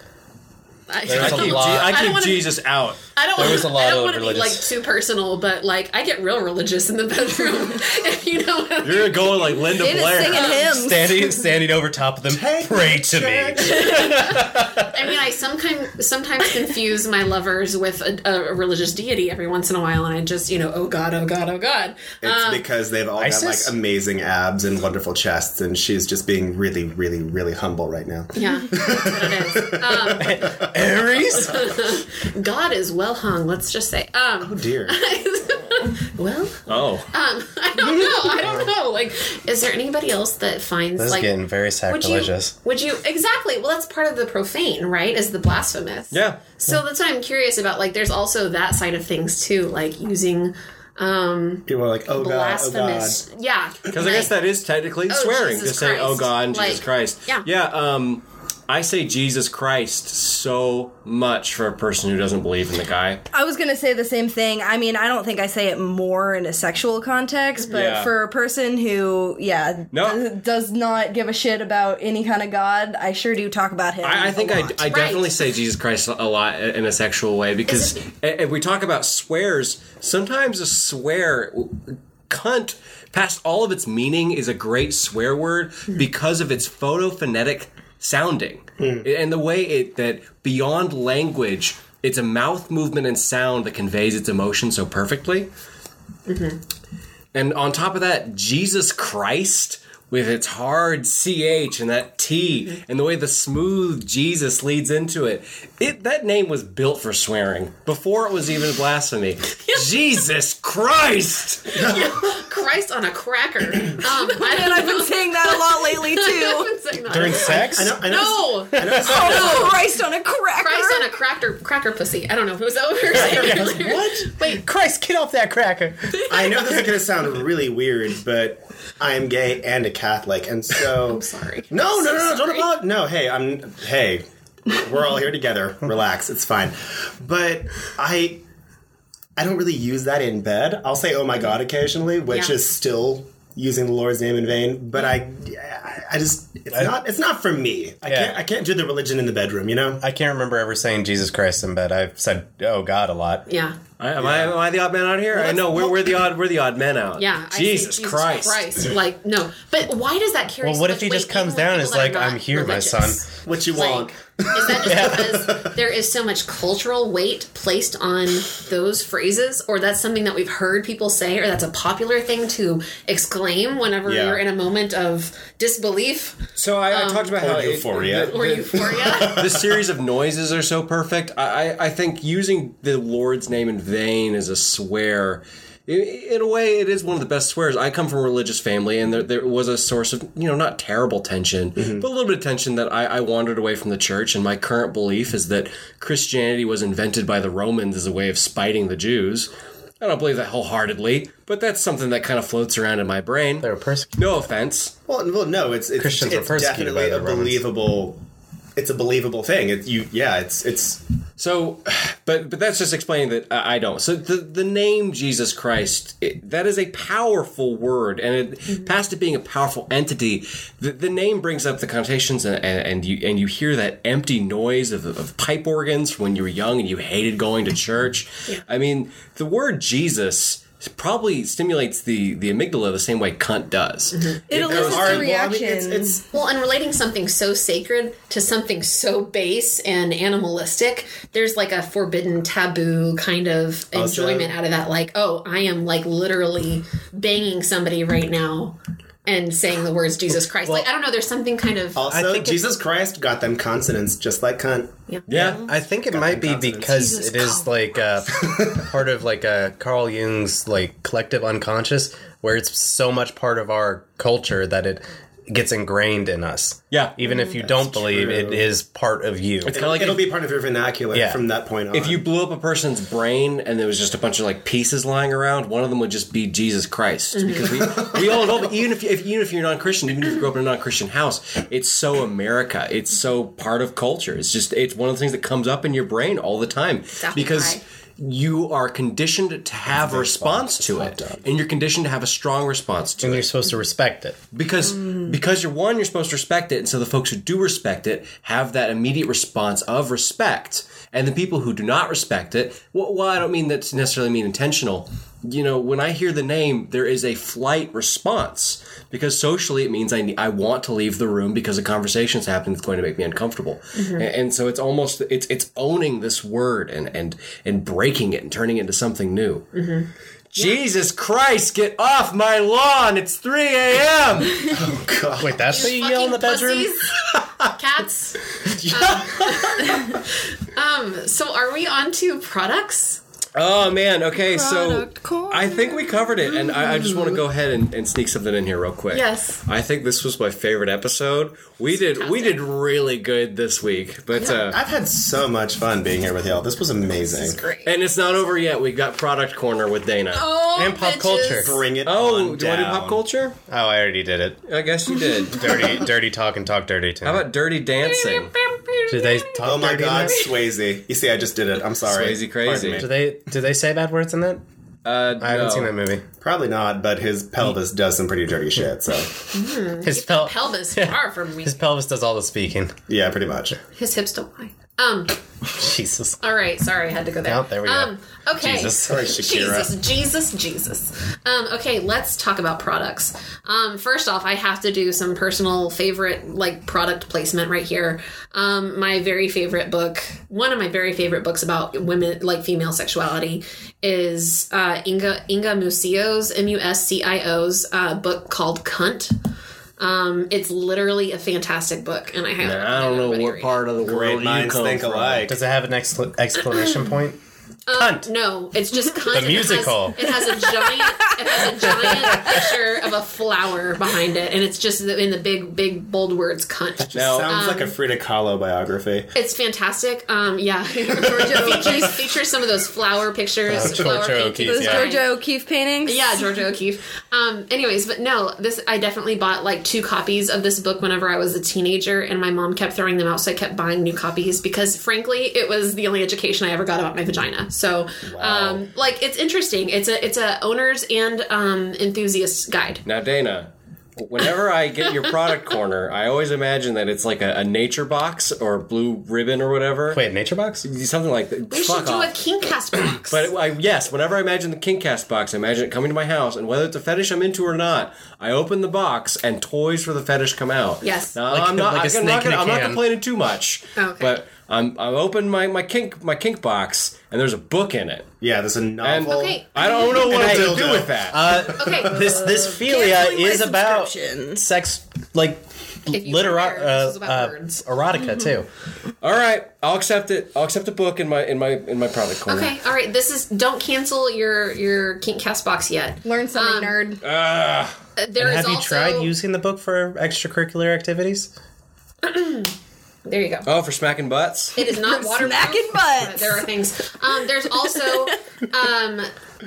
Speaker 2: I,
Speaker 1: There's
Speaker 4: I
Speaker 1: a
Speaker 4: keep, Je-
Speaker 1: lot.
Speaker 4: I
Speaker 1: I
Speaker 2: don't
Speaker 4: keep
Speaker 2: wanna be-
Speaker 4: Jesus out.
Speaker 2: I don't.
Speaker 1: There was a lot
Speaker 2: I don't
Speaker 1: of
Speaker 2: want to be like
Speaker 1: religious-
Speaker 2: too personal, but like I get real religious in the bedroom. if you know what I mean.
Speaker 4: You're going like Linda
Speaker 5: They just
Speaker 4: Blair.
Speaker 5: singing hymns.
Speaker 1: Standing, standing over top of them, pray to me.
Speaker 2: Um, I mean, I sometimes sometimes confuse my lovers with a, a religious deity every once in a while, and I just you know, oh god, oh god, oh god.
Speaker 3: It's because they've all got
Speaker 1: ISIS?
Speaker 3: like amazing abs and wonderful chests, and she's just being really, really, really humble right now.
Speaker 2: Yeah, that's what it is.
Speaker 1: Aries,
Speaker 2: God is well hung. Let's just say. Um,
Speaker 3: Oh dear.
Speaker 2: well,
Speaker 4: Oh,
Speaker 2: Uh, I don't know. I don't know. Like, is there anybody else that finds
Speaker 1: this is
Speaker 2: like?
Speaker 1: getting very
Speaker 2: would you?
Speaker 1: sacrilegious.
Speaker 2: Would you exactly? Well, that's part of the profane, right? Is the blasphemous?
Speaker 4: yeah.
Speaker 2: So that's what I'm curious about. Like, there's also that side of things too, like using um
Speaker 3: People are like, oh god, oh god.
Speaker 2: blasphemous. Yeah,
Speaker 4: Because I guess that is technically swearing.
Speaker 2: Jesus
Speaker 4: just saying, "Oh
Speaker 2: Christ."
Speaker 4: God, and Jesus
Speaker 2: Like,
Speaker 4: Christ."
Speaker 2: yeah.
Speaker 4: yeah. Um, I say Jesus Christ so much for a person who doesn't believe in the guy.
Speaker 5: I was gonna say the same thing. I mean, I don't think I say it more in a sexual context, but
Speaker 4: Yeah.
Speaker 5: for a person who, yeah,
Speaker 4: No.
Speaker 5: does, does not give a shit about any kind of god, I sure do talk about him.
Speaker 4: I, I
Speaker 5: a
Speaker 4: think I,
Speaker 5: lot.
Speaker 4: I definitely say Jesus Christ a lot in a sexual way because i- if we talk about swears, sometimes a swear, cunt, past all of its meaning, is a great swear word because of its photophonetic sounding and the way it that beyond language, it's a mouth movement and sound that conveys its emotion so perfectly. And on top of that, Jesus Christ with its hard ch and that t and the way the smooth Jesus leads into it. It that name was built for swearing before it was even blasphemy. Jesus Christ.
Speaker 2: Christ on a cracker. Um, I don't
Speaker 5: and I've been saying that a lot lately too.
Speaker 2: know.
Speaker 1: During sex,
Speaker 3: I know, I know.
Speaker 2: No,
Speaker 5: oh, Christ on a cracker.
Speaker 2: Christ on a cracker, cracker pussy. I don't know if it was that what we were saying. earlier.
Speaker 3: What?
Speaker 2: Wait,
Speaker 1: Christ, get off that cracker.
Speaker 3: I know this is gonna sound really weird, but I am gay and a Catholic, and so I'm
Speaker 2: sorry.
Speaker 3: No, no, no, no, don't
Speaker 2: sorry.
Speaker 3: apologize. No, hey, I'm hey, we're all here together. Relax, it's fine. But I, I don't really use that in bed. I'll say "Oh my God" occasionally, which
Speaker 2: Mm-hmm. Yeah.
Speaker 3: is still using the Lord's name in vain. But I, I, I just it's not it's not for me. I
Speaker 1: Yeah.
Speaker 3: can't I can't do the religion in the bedroom. You know.
Speaker 1: I can't remember ever saying Jesus Christ in bed. I've said, oh God, a lot.
Speaker 2: yeah,
Speaker 4: I, am, I, am I the odd man out here? I know we're, we're the odd we're the odd men out.
Speaker 2: yeah. I see
Speaker 4: Jesus, Christ.
Speaker 2: Like no, but why does that carry?
Speaker 1: Well,
Speaker 2: so
Speaker 1: what
Speaker 2: much
Speaker 1: if he
Speaker 2: weight
Speaker 1: just comes
Speaker 2: even with
Speaker 1: down and
Speaker 2: people
Speaker 1: is
Speaker 2: that are
Speaker 1: like,
Speaker 2: not
Speaker 1: I'm here, my
Speaker 2: religious?
Speaker 1: son?
Speaker 3: what you
Speaker 2: Like,
Speaker 3: want?
Speaker 2: is that just because there is so much cultural weight placed on those phrases, or that's something that we've heard people say, or that's a popular thing to exclaim whenever
Speaker 3: Yeah.
Speaker 2: you're in a moment of disbelief
Speaker 4: So I, I talked about
Speaker 3: Or
Speaker 4: how it-
Speaker 3: euphoria.
Speaker 4: the-
Speaker 2: or
Speaker 4: the-
Speaker 2: euphoria?
Speaker 4: the series of noises are so perfect. I, I, I think using the Lord's name in vain is a swear. I- In a way, it is one of the best swears. I come from a religious family, and there, there was a source of, you know, not terrible tension,
Speaker 1: Mm-hmm.
Speaker 4: but a little bit of tension that I, I wandered away from the church. And my current belief is that Christianity was invented by the Romans as a way of spiting the Jews. I don't believe that wholeheartedly, but that's something that kind of floats around in my brain.
Speaker 1: They're a person.
Speaker 4: No offense.
Speaker 3: Well, well, no, it's it's,
Speaker 1: Christians were
Speaker 3: it's
Speaker 1: persecuted by
Speaker 3: definitely a
Speaker 1: the Romans.
Speaker 3: believable. It's a believable thing. It, you, yeah, it's it's
Speaker 4: So, but but that's just explaining that I I don't. So the the name Jesus Christ it, that is a powerful word, and it, past it being a powerful entity, the, the name brings up the connotations, and, and, and you and you hear that empty noise of, of pipe organs from when you were young and you hated going to church. I mean, the word Jesus probably stimulates the the amygdala the same way cunt does.
Speaker 5: It elicits
Speaker 3: All right, well, I
Speaker 5: a
Speaker 3: mean,
Speaker 5: reaction.
Speaker 3: it's, it's
Speaker 2: well, and relating something so sacred to something so base and animalistic, there's like a forbidden taboo kind of
Speaker 3: Also-
Speaker 2: enjoyment out of that. Like, oh, I am like literally banging somebody right now and saying the words Jesus Christ. like, I don't know. There's something kind of
Speaker 3: also
Speaker 1: I think it-
Speaker 3: Jesus Christ got them consonants just like cunt.
Speaker 4: Yeah,
Speaker 1: I think it might be
Speaker 3: consonants.
Speaker 1: because
Speaker 2: Jesus
Speaker 1: it is like uh, part of like uh, Carl Jung's like collective unconscious, where it's so much part of our culture that it gets ingrained in us.
Speaker 4: Yeah.
Speaker 1: Even if you don't believe it is part of you.
Speaker 4: It's kind of like
Speaker 3: It'll
Speaker 4: if,
Speaker 3: be part of your vernacular
Speaker 1: Yeah.
Speaker 3: from that point on.
Speaker 4: if you blew up a person's brain and there was just a bunch of like pieces lying around, one of them would just be Jesus Christ because we, we all know. But even if, if even if you're non-Christian, even if you grew up in a non-Christian house, it's so America. It's so part of culture. It's just it's one of the things that comes up in your brain all the time
Speaker 2: Definitely.
Speaker 4: because. You are conditioned to have a response to it, and you're conditioned to have a strong response to it
Speaker 1: and you're supposed to respect it.
Speaker 4: because because you're one you're supposed to respect it and so the folks who do respect it have that immediate response of respect and the people who do not respect it well, well i don't mean that to necessarily mean intentional you know when i hear the name there is a flight response because socially it means i, ne- I want to leave the room because a conversation's happening that's going to make me uncomfortable and, and so it's almost it's it's owning this word and and and breaking it and turning it into something new jesus christ get off my lawn it's 3 a.m
Speaker 1: Wait, that's what you yell in the
Speaker 2: Fucking
Speaker 1: bedroom?
Speaker 2: pussies. Cats. Um, um, so are we on to products?
Speaker 4: Oh man, okay,
Speaker 5: Product
Speaker 4: so
Speaker 5: corner.
Speaker 4: I think we covered it, and I, I just want to go ahead and, and sneak something in here real quick.
Speaker 2: Yes.
Speaker 4: I think this was my favorite episode. We did we did really good this week, but uh,
Speaker 3: I've had so much fun being here with y'all. This was amazing.
Speaker 2: Great.
Speaker 4: and it's not over yet. We've got product corner with Dana. Oh,
Speaker 2: oh,
Speaker 1: and pop culture.
Speaker 3: Bring it
Speaker 4: oh
Speaker 3: on
Speaker 4: do you want to do
Speaker 3: down.
Speaker 4: pop culture?
Speaker 1: Oh, I already did it.
Speaker 4: I guess you did.
Speaker 1: Dirty, dirty talk and talk dirty to me.
Speaker 4: How about dirty dancing?
Speaker 1: do they talk
Speaker 3: Oh my
Speaker 1: dirty in
Speaker 3: god,
Speaker 1: that?
Speaker 3: Swayze. You see, I just did it. I'm sorry.
Speaker 4: Swayze crazy.
Speaker 3: Pardon
Speaker 1: Do
Speaker 3: me.
Speaker 1: they do they say bad words in that?
Speaker 4: Uh,
Speaker 1: I haven't
Speaker 4: no.
Speaker 1: seen that movie.
Speaker 3: Probably not, but his pelvis does some pretty dirty shit, so.
Speaker 1: His, pel-
Speaker 2: Pelvis far from me.
Speaker 1: his pelvis does all the speaking.
Speaker 3: Yeah, pretty much.
Speaker 2: His hips don't lie. Um.
Speaker 1: Jesus.
Speaker 2: All right. Sorry, I had to go there.
Speaker 1: Oh, there we go.
Speaker 2: Um. Okay.
Speaker 1: Jesus.
Speaker 3: Sorry, Shakira.
Speaker 2: Jesus, Jesus, Jesus. Um, okay, let's talk about products. Um, first off, I have to do some personal favorite like product placement right here. Um, my very favorite book, one of my very favorite books about women like female sexuality, is uh, Inga Inga Musio's M U S C I O's uh, book called Cunt. Um, it's literally a fantastic book, and I highly recommend
Speaker 4: I don't know
Speaker 2: everybody
Speaker 4: what
Speaker 2: read it.
Speaker 4: part of the world
Speaker 3: Great
Speaker 4: you
Speaker 3: minds
Speaker 4: come
Speaker 3: think
Speaker 4: from.
Speaker 3: alike.
Speaker 1: Does it have an excla- exclamation point?
Speaker 2: Uh,
Speaker 1: Cunt.
Speaker 2: No, it's just cunt. and
Speaker 1: musical.
Speaker 2: It has, it has a giant. it has a giant picture of a flower behind it, and it's just in the big, big bold words "cunt."
Speaker 4: Now,
Speaker 3: Sounds like a Frida Kahlo biography.
Speaker 2: It's fantastic. Um, yeah, features, features some of those flower pictures, flower
Speaker 1: Georgia
Speaker 2: paintings.
Speaker 1: O'Keeffe,
Speaker 5: Those
Speaker 1: Yeah.
Speaker 5: Georgia O'Keeffe paintings.
Speaker 2: Yeah, Georgia O'Keeffe. Um, anyways, but no, this I definitely bought like two copies of this book whenever I was a teenager, and my mom kept throwing them out, so I kept buying new copies because, frankly, it was the only education I ever got about my vagina. So, um, like, it's interesting. It's a it's a owner's and um, enthusiast guide.
Speaker 4: Now, Dana, whenever I get your product corner, I always imagine that it's like a, a nature box or blue ribbon or whatever.
Speaker 1: Wait, Nature Box?
Speaker 4: Something like that.
Speaker 2: We
Speaker 4: Fuck
Speaker 2: should do
Speaker 4: off.
Speaker 2: a Kingcast box.
Speaker 4: but I, yes, whenever I imagine the Kingcast box, I imagine it coming to my house, and whether it's a fetish I'm into or not, I open the box and toys for the fetish come out.
Speaker 2: Yes. Oh,
Speaker 4: Now,
Speaker 1: Like-
Speaker 4: I'm not.
Speaker 1: like a
Speaker 4: I'm,
Speaker 1: snake
Speaker 4: not
Speaker 1: in
Speaker 4: gonna,
Speaker 1: a
Speaker 4: I'm not
Speaker 1: can.
Speaker 4: complaining too much.
Speaker 2: Okay.
Speaker 4: But I'm I open my my kink my kink box, and there's a book in it.
Speaker 3: Yeah, there's a
Speaker 4: And
Speaker 3: novel.
Speaker 2: Okay.
Speaker 4: I don't know
Speaker 3: And
Speaker 4: what
Speaker 3: a
Speaker 4: I can
Speaker 3: dildo.
Speaker 4: do with that.
Speaker 2: okay,
Speaker 1: This this philia
Speaker 5: Canceling my
Speaker 1: is about
Speaker 5: subscription.
Speaker 1: sex, like
Speaker 2: If you
Speaker 1: litera-
Speaker 2: compare, this is
Speaker 1: uh,
Speaker 2: about
Speaker 1: uh,
Speaker 2: words. Mm-hmm.
Speaker 1: erotica too.
Speaker 4: All right, I'll accept it. I'll accept a book in my in my in my product corner.
Speaker 2: Okay, all right. This is don't cancel your your Kingcast box yet.
Speaker 5: Learn something,
Speaker 2: Um,
Speaker 5: nerd.
Speaker 4: Ah.
Speaker 2: Uh, There is
Speaker 1: Have you
Speaker 2: also,
Speaker 1: tried using the book for extracurricular activities?
Speaker 2: There you go.
Speaker 4: Oh, for smacking butts.
Speaker 2: It is not waterproof.
Speaker 5: smacking butts.
Speaker 2: but There are things. Um, there's also um,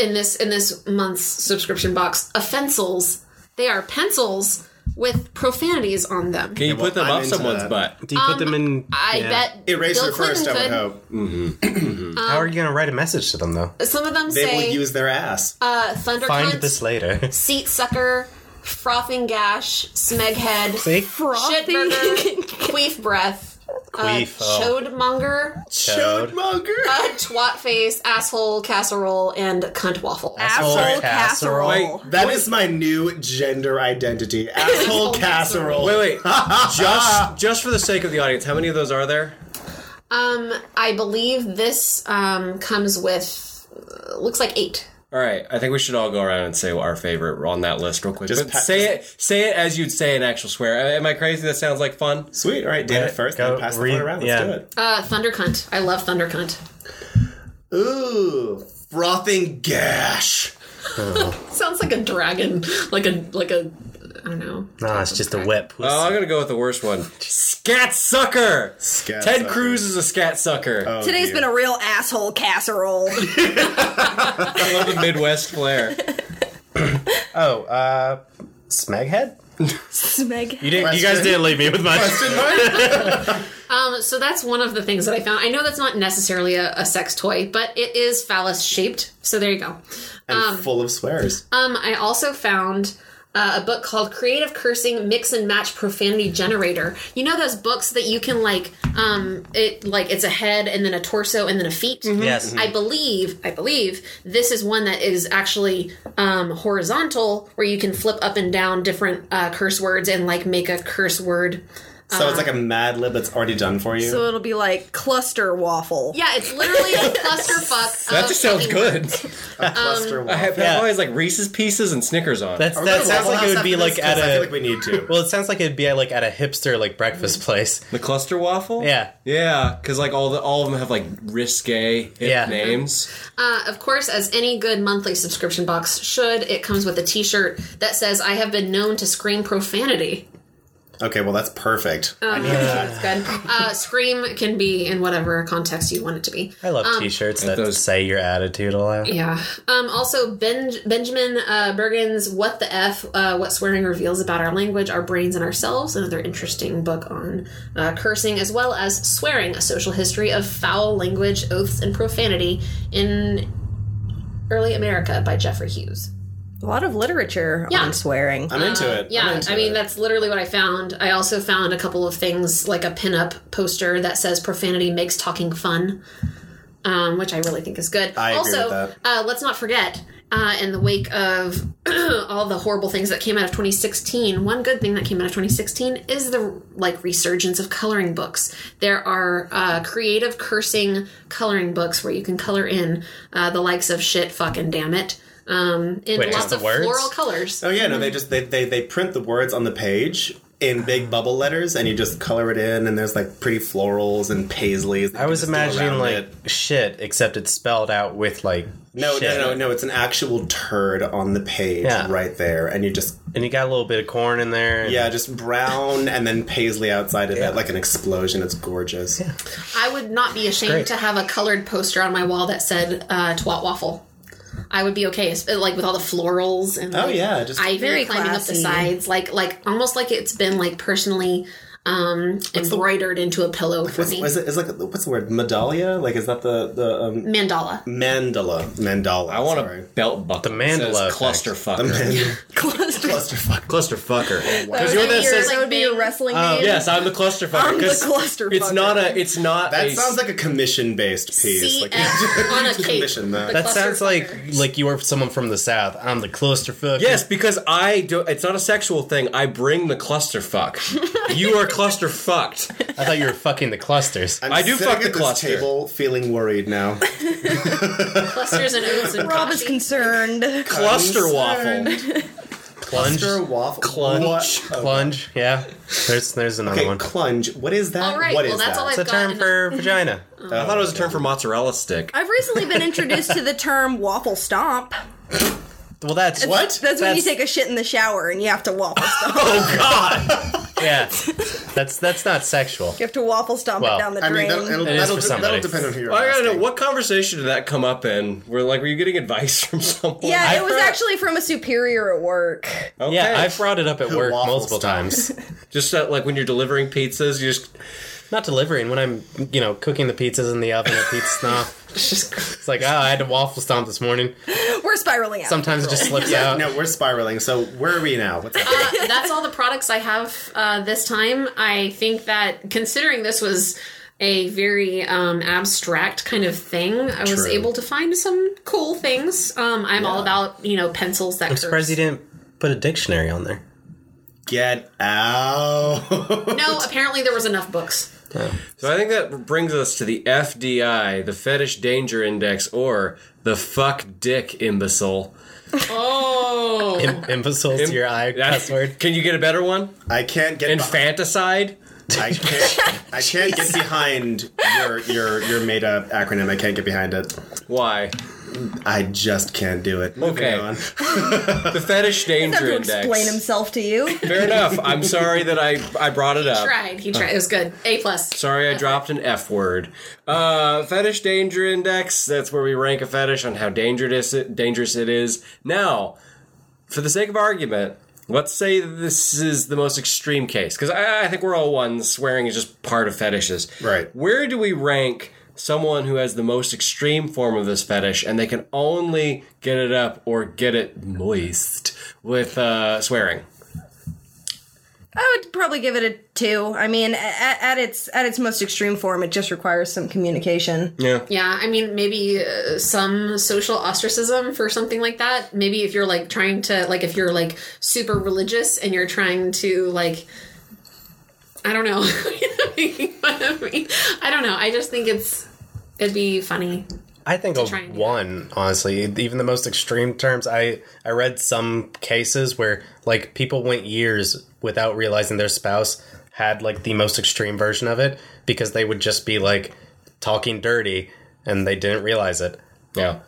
Speaker 2: in this in this month's subscription box offensals. They are pencils with profanities on them.
Speaker 4: Can you
Speaker 3: well,
Speaker 4: put them
Speaker 3: I'm
Speaker 4: up
Speaker 3: into
Speaker 4: someone's
Speaker 3: that.
Speaker 4: butt?
Speaker 1: Do you put them in?
Speaker 2: Um, I bet
Speaker 3: Eraser
Speaker 2: Bill Clinton
Speaker 3: first, I would
Speaker 2: could.
Speaker 3: hope.
Speaker 1: How are you
Speaker 2: um,
Speaker 1: going to write a message to them though?
Speaker 2: Some of them
Speaker 3: They
Speaker 2: say
Speaker 3: will use their ass.
Speaker 2: uh, thunder
Speaker 1: Find
Speaker 2: cunt,
Speaker 1: this later.
Speaker 2: seat sucker, frothing gash, smeghead,
Speaker 1: See,
Speaker 2: shit burger, queef breath,
Speaker 1: Queef,
Speaker 2: uh,
Speaker 1: oh.
Speaker 2: chodemonger,
Speaker 1: Toad.
Speaker 3: Toadmonger.
Speaker 2: uh, twat face, asshole, casserole, and cunt waffle.
Speaker 1: Asshole
Speaker 5: Asshole
Speaker 1: casserole.
Speaker 5: casserole.
Speaker 4: Wait.
Speaker 3: That is my new gender identity. Asshole casserole.
Speaker 4: Wait, wait. just just for the sake of the audience, how many of those are there?
Speaker 2: Um, I believe this um, comes with uh, looks like eight.
Speaker 4: All right, I think we should all go around and say what our favorite on that list real quick.
Speaker 3: Just
Speaker 4: But
Speaker 3: pa-
Speaker 4: say it, say it as you'd say an actual swear. Am I crazy? That sounds like fun.
Speaker 3: Sweet. All right, Dana first.
Speaker 1: go
Speaker 3: then pass the
Speaker 1: read-
Speaker 3: phone around. Let's
Speaker 1: yeah.
Speaker 3: do it.
Speaker 2: Uh, thunder cunt. I love thunder cunt. Uh,
Speaker 3: Ooh, frothing gash.
Speaker 2: Sounds like a dragon, like a like a I don't know.
Speaker 1: Nah, it's just a whip.
Speaker 4: Oh, I'm gonna go with the worst one. Scat sucker.
Speaker 3: Scat
Speaker 4: Ted
Speaker 3: sucker.
Speaker 4: Cruz is a scat sucker.
Speaker 3: Oh,
Speaker 5: Today's
Speaker 3: dear.
Speaker 5: been a real asshole casserole.
Speaker 4: I love the Midwest flair.
Speaker 1: Oh, uh, Smeghead?
Speaker 5: Smeg.
Speaker 1: You, didn't, you guys didn't leave me with much.
Speaker 2: Um, so that's one of the things that I found. I know that's not necessarily a, a sex toy, but it is phallus shaped. So there you go.
Speaker 3: and full of swears.
Speaker 2: Um, I also found uh, a book called Creative Cursing Mix and Match Profanity Generator. You know those books that you can like, um, it like it's a head and then a torso and then a feet.
Speaker 4: Mm-hmm.
Speaker 1: Yes.
Speaker 2: I believe, I believe this is one that is actually um, horizontal, where you can flip up and down different uh, curse words and like make a curse word.
Speaker 3: So it's
Speaker 2: uh,
Speaker 3: like a Mad Lib that's already done for you.
Speaker 5: So
Speaker 2: um,
Speaker 5: it'll be like cluster waffle.
Speaker 2: Yeah, it's literally a clusterfuck.
Speaker 4: That
Speaker 2: of
Speaker 4: just sounds
Speaker 2: fucking
Speaker 4: good.
Speaker 3: a cluster
Speaker 4: I
Speaker 3: wall.
Speaker 4: have, I have always like Reese's pieces and Snickers on.
Speaker 1: That's, that sounds like it would be like at
Speaker 3: I
Speaker 1: a.
Speaker 3: feel like we need to.
Speaker 1: well, it sounds like it'd be at, like at a hipster like
Speaker 2: Mm-hmm.
Speaker 1: breakfast place.
Speaker 4: the cluster waffle.
Speaker 1: Yeah.
Speaker 4: yeah, because like all the all of them have like risque hip
Speaker 1: Yeah.
Speaker 4: names.
Speaker 2: Uh, of course, as any good monthly subscription box should, it comes with a T-shirt that says "I have been known to scream profanity."
Speaker 3: Okay, well that's perfect.
Speaker 2: That's good. Uh, scream can be in whatever context you want it to be.
Speaker 1: I love
Speaker 5: Um,
Speaker 1: T-shirts that
Speaker 4: those-
Speaker 1: say your attitude a lot.
Speaker 2: Yeah. Um, also, ben- Benjamin uh, Bergen's "What the F: uh, What Swearing Reveals About Our Language, Our Brains, and Ourselves" another interesting book on uh, cursing as well as swearing: A Social History of Foul Language, Oaths, and Profanity in Early America by Jeffrey Hughes.
Speaker 5: A lot of literature
Speaker 2: Yeah.
Speaker 5: on swearing.
Speaker 3: I'm into it. I'm
Speaker 2: Yeah,
Speaker 3: into
Speaker 2: I mean
Speaker 3: it.
Speaker 2: that's literally what I found. I also found a couple of things like a pinup poster that says "Profanity makes talking fun," um, which I really think is good.
Speaker 3: I agree
Speaker 2: also,
Speaker 3: with that.
Speaker 2: Uh, let's not forget. Uh, in the wake of all the horrible things that came out of 2016, one good thing that came out of 2016 is the like resurgence of coloring books. There are uh, creative cursing coloring books where you can color in uh, the likes of shit, fuck, and damn it um, in
Speaker 1: Wait, just
Speaker 2: lots
Speaker 1: the
Speaker 2: of
Speaker 1: words?
Speaker 2: floral colors.
Speaker 3: Oh yeah, no, they just they, they they print the words on the page in big bubble letters, and you just color it in, and there's like pretty florals and paisleys. that
Speaker 1: I
Speaker 3: you
Speaker 1: was
Speaker 3: can just do
Speaker 1: imagining
Speaker 3: around
Speaker 1: like
Speaker 3: it.
Speaker 1: shit, except it's spelled out with like
Speaker 3: no,
Speaker 1: shit.
Speaker 3: no, no, no, it's an actual turd on the page
Speaker 1: Yeah.
Speaker 3: right there, and you just
Speaker 1: and you got a little bit of corn in there. and-
Speaker 3: yeah, just brown and then paisley outside of it, like an explosion. It's gorgeous.
Speaker 2: I would not be ashamed
Speaker 1: Great.
Speaker 2: to have a colored poster on my wall that said uh, "twat waffle." I would be okay, it's- like with all the florals and
Speaker 3: Oh
Speaker 2: like,
Speaker 3: yeah, just
Speaker 2: ivy
Speaker 5: Very
Speaker 2: climbing up the
Speaker 5: classy.
Speaker 2: sides, like like almost like it's been like personally um, embroidered into a pillow for
Speaker 3: what's,
Speaker 2: me.
Speaker 3: is it is like what's the word medallia? Like is that the the um,
Speaker 2: Mandala.
Speaker 3: mandala mandala?
Speaker 4: I want
Speaker 3: sorry.
Speaker 4: a belt buckle.
Speaker 1: The
Speaker 4: that says
Speaker 1: mandala
Speaker 4: cluster fucker.
Speaker 3: mandala.
Speaker 5: Cluster.
Speaker 3: clusterfuck.
Speaker 4: Cluster
Speaker 3: Oh,
Speaker 4: fucker.
Speaker 5: That would
Speaker 4: you're
Speaker 5: be
Speaker 4: that
Speaker 5: your-
Speaker 4: says-
Speaker 5: that would be your
Speaker 2: Big-
Speaker 5: wrestling name.
Speaker 4: Yes, I'm the cluster fucker.
Speaker 5: I'm the
Speaker 4: 'cause
Speaker 5: cluster
Speaker 4: It's
Speaker 5: fucker.
Speaker 4: not a. It's not.
Speaker 3: That
Speaker 4: a,
Speaker 3: sounds like a commission based
Speaker 2: CF
Speaker 3: piece. Like,
Speaker 2: on a cake.
Speaker 3: Commission that.
Speaker 2: The
Speaker 1: that
Speaker 2: cluster
Speaker 1: sounds like
Speaker 2: fucker.
Speaker 1: like you were someone from the south. I'm the clusterfuck.
Speaker 4: Yes, because I do. It's not a sexual thing. I bring the cluster fuck. you are cluster fucked.
Speaker 1: I thought you were fucking the clusters.
Speaker 4: I do
Speaker 3: sitting
Speaker 4: fuck the
Speaker 3: at this
Speaker 4: cluster.
Speaker 3: table feeling worried now.
Speaker 2: clusters and oats and
Speaker 5: Rob is
Speaker 2: coffee.
Speaker 5: concerned.
Speaker 4: Cluster waffle.
Speaker 1: Plunge,
Speaker 3: Cluster waffle.
Speaker 4: Clunge.
Speaker 3: What? Oh,
Speaker 1: plunge. Yeah, there's there's another
Speaker 3: Okay,
Speaker 1: one.
Speaker 3: clunge. What is that?
Speaker 2: All right,
Speaker 3: What
Speaker 2: well,
Speaker 3: is
Speaker 2: that's
Speaker 3: that?
Speaker 2: all
Speaker 1: It's a
Speaker 2: I've
Speaker 1: term
Speaker 2: gotten.
Speaker 1: for vagina.
Speaker 5: Oh,
Speaker 4: I thought it was a term for mozzarella stick.
Speaker 5: I've recently been introduced to the term waffle stomp.
Speaker 1: Well, that's
Speaker 5: That's when you take a shit in the shower and you have to waffle stomp.
Speaker 1: Oh God. yeah, that's that's not sexual.
Speaker 5: You have to waffle stomp
Speaker 1: Well,
Speaker 5: it down the
Speaker 3: I
Speaker 5: drain.
Speaker 3: mean, that'll, that'll,
Speaker 1: It is
Speaker 3: that'll,
Speaker 1: for
Speaker 3: de-
Speaker 1: somebody.
Speaker 3: that'll depend on who you're
Speaker 4: I gotta know
Speaker 3: asking.
Speaker 4: what conversation did that come up in? Where like, were you getting advice from someone?
Speaker 5: yeah,
Speaker 1: I
Speaker 5: it was
Speaker 1: forgot-
Speaker 5: actually from a superior at work.
Speaker 4: Okay.
Speaker 1: Yeah, I've brought it up at
Speaker 3: Who
Speaker 1: work
Speaker 3: waffles
Speaker 1: multiple
Speaker 3: times.
Speaker 1: times.
Speaker 4: just uh, like when you're delivering pizzas, you just
Speaker 1: Not delivering when I'm, you know, cooking the pizzas in the oven at Pizza Snuff. It's just, it's like, oh, I had a waffle stomp this morning.
Speaker 5: We're spiraling out.
Speaker 1: Sometimes it just slips out.
Speaker 3: No, we're spiraling. So where are we now? What's happening?
Speaker 2: Uh, that's all the products I have uh, this time. I think that considering this was a very um, abstract kind of thing, I was
Speaker 3: True.
Speaker 2: able to find some cool things. Um, I'm all about you know pencils that.
Speaker 1: I'm surprised you didn't put a dictionary on there.
Speaker 3: Get out.
Speaker 2: No, apparently there was enough books.
Speaker 4: So I think that brings us to the FDI, the Fetish Danger Index, or the Fuck Dick Imbecile.
Speaker 2: Oh,
Speaker 1: Im- imbeciles to your eye password.
Speaker 4: Can you get a better one?
Speaker 3: I can't get. behi-
Speaker 4: Infanticide.
Speaker 3: I can't. I can't get behind your your your made up acronym. I can't get behind it.
Speaker 4: Why?
Speaker 3: I just can't do it. Moving
Speaker 4: Okay.
Speaker 3: on.
Speaker 4: The fetish
Speaker 5: Have
Speaker 4: danger
Speaker 5: to
Speaker 4: index.
Speaker 5: explain himself to you.
Speaker 4: Fair enough. I'm sorry that I I brought it up.
Speaker 2: Tried. He tried. It was good. A plus.
Speaker 4: Sorry, I dropped an F word. Uh, fetish danger index. That's where we rank a fetish on how dangerous it, dangerous it is. Now, for the sake of argument, let's say this is the most extreme case because I, I think we're all one. Swearing is just part of fetishes.
Speaker 3: Right.
Speaker 4: Where do we rank someone who has the most extreme form of this fetish and they can only get it up or get it moist with uh, swearing?
Speaker 5: I would probably give it a two. I mean, at, at its at its most extreme form, it just requires some communication.
Speaker 4: Yeah.
Speaker 2: Yeah, I mean, maybe uh, some social ostracism for something like that. Maybe if you're like trying to, like, if you're like super religious and you're trying to, like, I don't know. Making fun of me. I don't know. I just think it's, it'd be funny.
Speaker 1: I think a
Speaker 2: try and do
Speaker 1: one, honestly. Even the most extreme terms, I I read some cases where like people went years without realizing their spouse had like the most extreme version of it because they would just be like talking dirty and they didn't realize it.
Speaker 4: Yeah.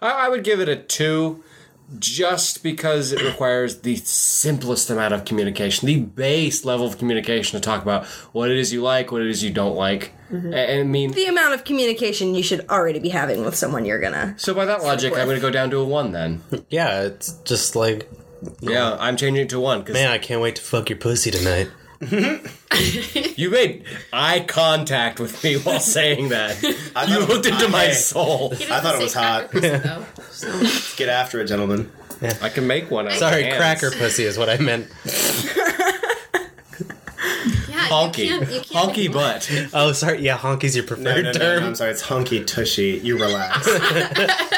Speaker 4: I, I would give it a two just because it requires the simplest amount of communication, the base level of communication to talk about what it is you like, what it is you don't like. A- And I mean,
Speaker 5: The amount of communication you should already be having with someone you're gonna.
Speaker 4: so by that logic, I'm going to go down to a one then.
Speaker 1: Yeah, it's just like
Speaker 4: Yeah, I'm changing it to one because
Speaker 1: man, I can't wait to fuck your pussy tonight.
Speaker 4: you made eye contact with me while saying that.
Speaker 3: I
Speaker 4: you
Speaker 3: thought it
Speaker 4: looked
Speaker 3: was
Speaker 4: into my
Speaker 3: hot.
Speaker 4: soul.
Speaker 2: He
Speaker 3: I
Speaker 2: didn't
Speaker 3: thought it
Speaker 2: say
Speaker 3: was hot.
Speaker 2: cracker pussy, though, so.
Speaker 3: Get after it, gentlemen.
Speaker 4: I can make one. out of
Speaker 1: Sorry,
Speaker 4: hands.
Speaker 1: cracker pussy is what I meant.
Speaker 2: Yeah,
Speaker 4: Honky,
Speaker 2: You can't, you can't
Speaker 4: honky butt.
Speaker 1: Oh, sorry. Yeah, honky's your preferred
Speaker 3: No, no, no, no,
Speaker 1: term.
Speaker 3: I'm sorry. It's hunky tushy. You relax.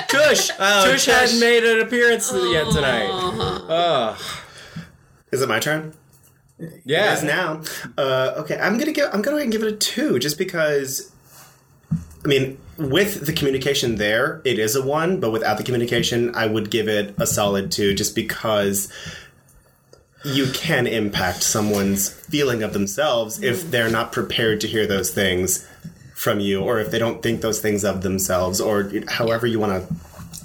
Speaker 4: Tush, Tush, hadn't made an appearance yet tonight.
Speaker 3: Is it my turn?
Speaker 4: yeah,
Speaker 3: As now. Uh, okay, I'm gonna give. I'm gonna go ahead and give it a two, just because. I mean, with the communication there, it is a one. But without the communication, I would give it a solid two, just because you can impact someone's feeling of themselves if they're not prepared to hear those things from you, or if they don't think those things of themselves, or however you want to.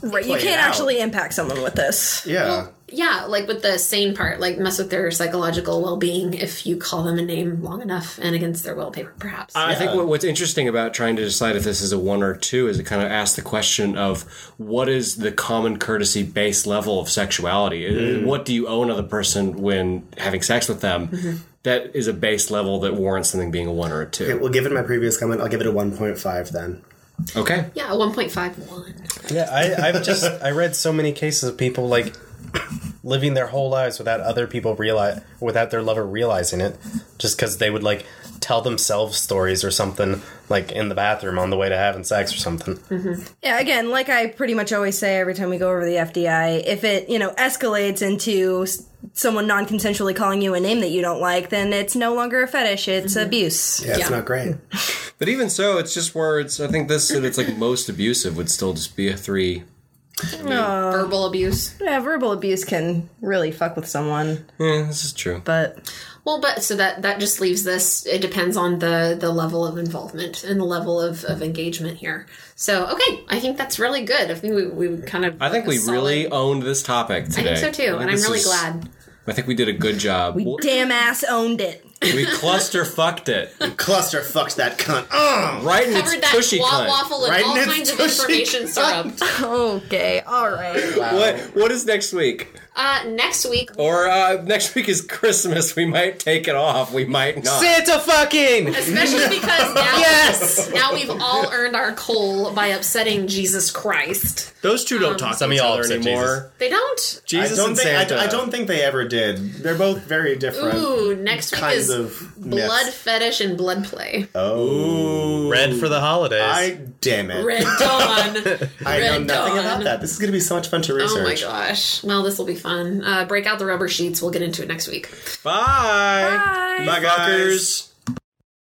Speaker 5: Right, you
Speaker 3: Play it
Speaker 5: can't
Speaker 3: out.
Speaker 5: actually impact someone with this.
Speaker 3: Yeah.
Speaker 2: Yeah, like with the sane part, like mess with their psychological well being if you call them a name long enough and against their will, per- perhaps.
Speaker 3: Uh,
Speaker 4: I think what, what's interesting about trying to decide if this is a one or two is it kind of asks the question of what is the common courtesy base level of sexuality? Uh, What do you owe another person when having sex with them? That is a base level that warrants something being a one or a two.
Speaker 3: Well, given my previous comment, I'll give it a 1.5 then.
Speaker 4: Okay.
Speaker 2: yeah, 1.51.
Speaker 1: Yeah, I, I've just I read so many cases of people like living their whole lives without other people realize without their lover realizing it, just because they would like tell themselves stories or something like in the bathroom on the way to having sex or something.
Speaker 5: Yeah, again, like I pretty much always say every time we go over the FDI, if it, you know, escalates into s- someone non-consensually calling you a name that you don't like, then it's no longer a fetish, it's abuse.
Speaker 3: Yeah,
Speaker 2: Yeah.
Speaker 3: it's not great.
Speaker 4: But even so, it's just words. I think this, if it's like most abusive, would still just be a three.
Speaker 2: Verbal abuse.
Speaker 5: Yeah, verbal abuse can really fuck with someone,
Speaker 4: Yeah, this is true.
Speaker 5: but
Speaker 2: Well, but so that that just leaves this. It depends on the the level of involvement and the level of, of engagement here. So okay, I think that's really good. I think we we kind of.
Speaker 4: I think we
Speaker 2: solid-
Speaker 4: really owned this topic
Speaker 2: I
Speaker 4: today.
Speaker 2: think so too, and I'm
Speaker 4: this
Speaker 2: really
Speaker 4: is-
Speaker 2: glad.
Speaker 4: I think we did a good job. We,
Speaker 5: damn ass owned it.
Speaker 4: we cluster fucked it
Speaker 3: Cluster fucked that cunt. Oh!
Speaker 4: right in
Speaker 2: Covered
Speaker 4: its
Speaker 2: that
Speaker 4: tushy
Speaker 2: wa-
Speaker 4: cunt.
Speaker 2: waffle and
Speaker 3: Right
Speaker 2: all
Speaker 3: in its
Speaker 2: kinds of
Speaker 3: tushy
Speaker 2: information syrup.
Speaker 5: Okay, all right.
Speaker 4: What what is next week?
Speaker 2: Uh, next week,
Speaker 4: Or uh, next week is Christmas. We might take it off. We might not.
Speaker 1: Santa fucking
Speaker 2: Especially because now, now we've all earned our coal by upsetting Jesus Christ.
Speaker 4: Those two don't talk
Speaker 1: Some of y'all upset
Speaker 2: They don't.
Speaker 4: Jesus,
Speaker 3: I don't,
Speaker 4: and
Speaker 3: think, I-
Speaker 4: Santa.
Speaker 3: I, don't think they ever did. They're both very different
Speaker 2: Ooh, next week is
Speaker 3: kinds of myths.
Speaker 2: blood fetish and blood play.
Speaker 3: Oh,
Speaker 1: red for the holidays.
Speaker 3: I damn it!
Speaker 2: Red dawn.
Speaker 3: I know
Speaker 2: red
Speaker 3: nothing
Speaker 2: dawn.
Speaker 3: about that. This is gonna be so much fun to
Speaker 2: Oh my
Speaker 3: research.
Speaker 2: gosh. Well, this will be fun. Uh, break out the rubber sheets. We'll get into it next week.
Speaker 4: Bye.
Speaker 5: Bye.
Speaker 4: Bye,
Speaker 3: guys.
Speaker 4: fuckers.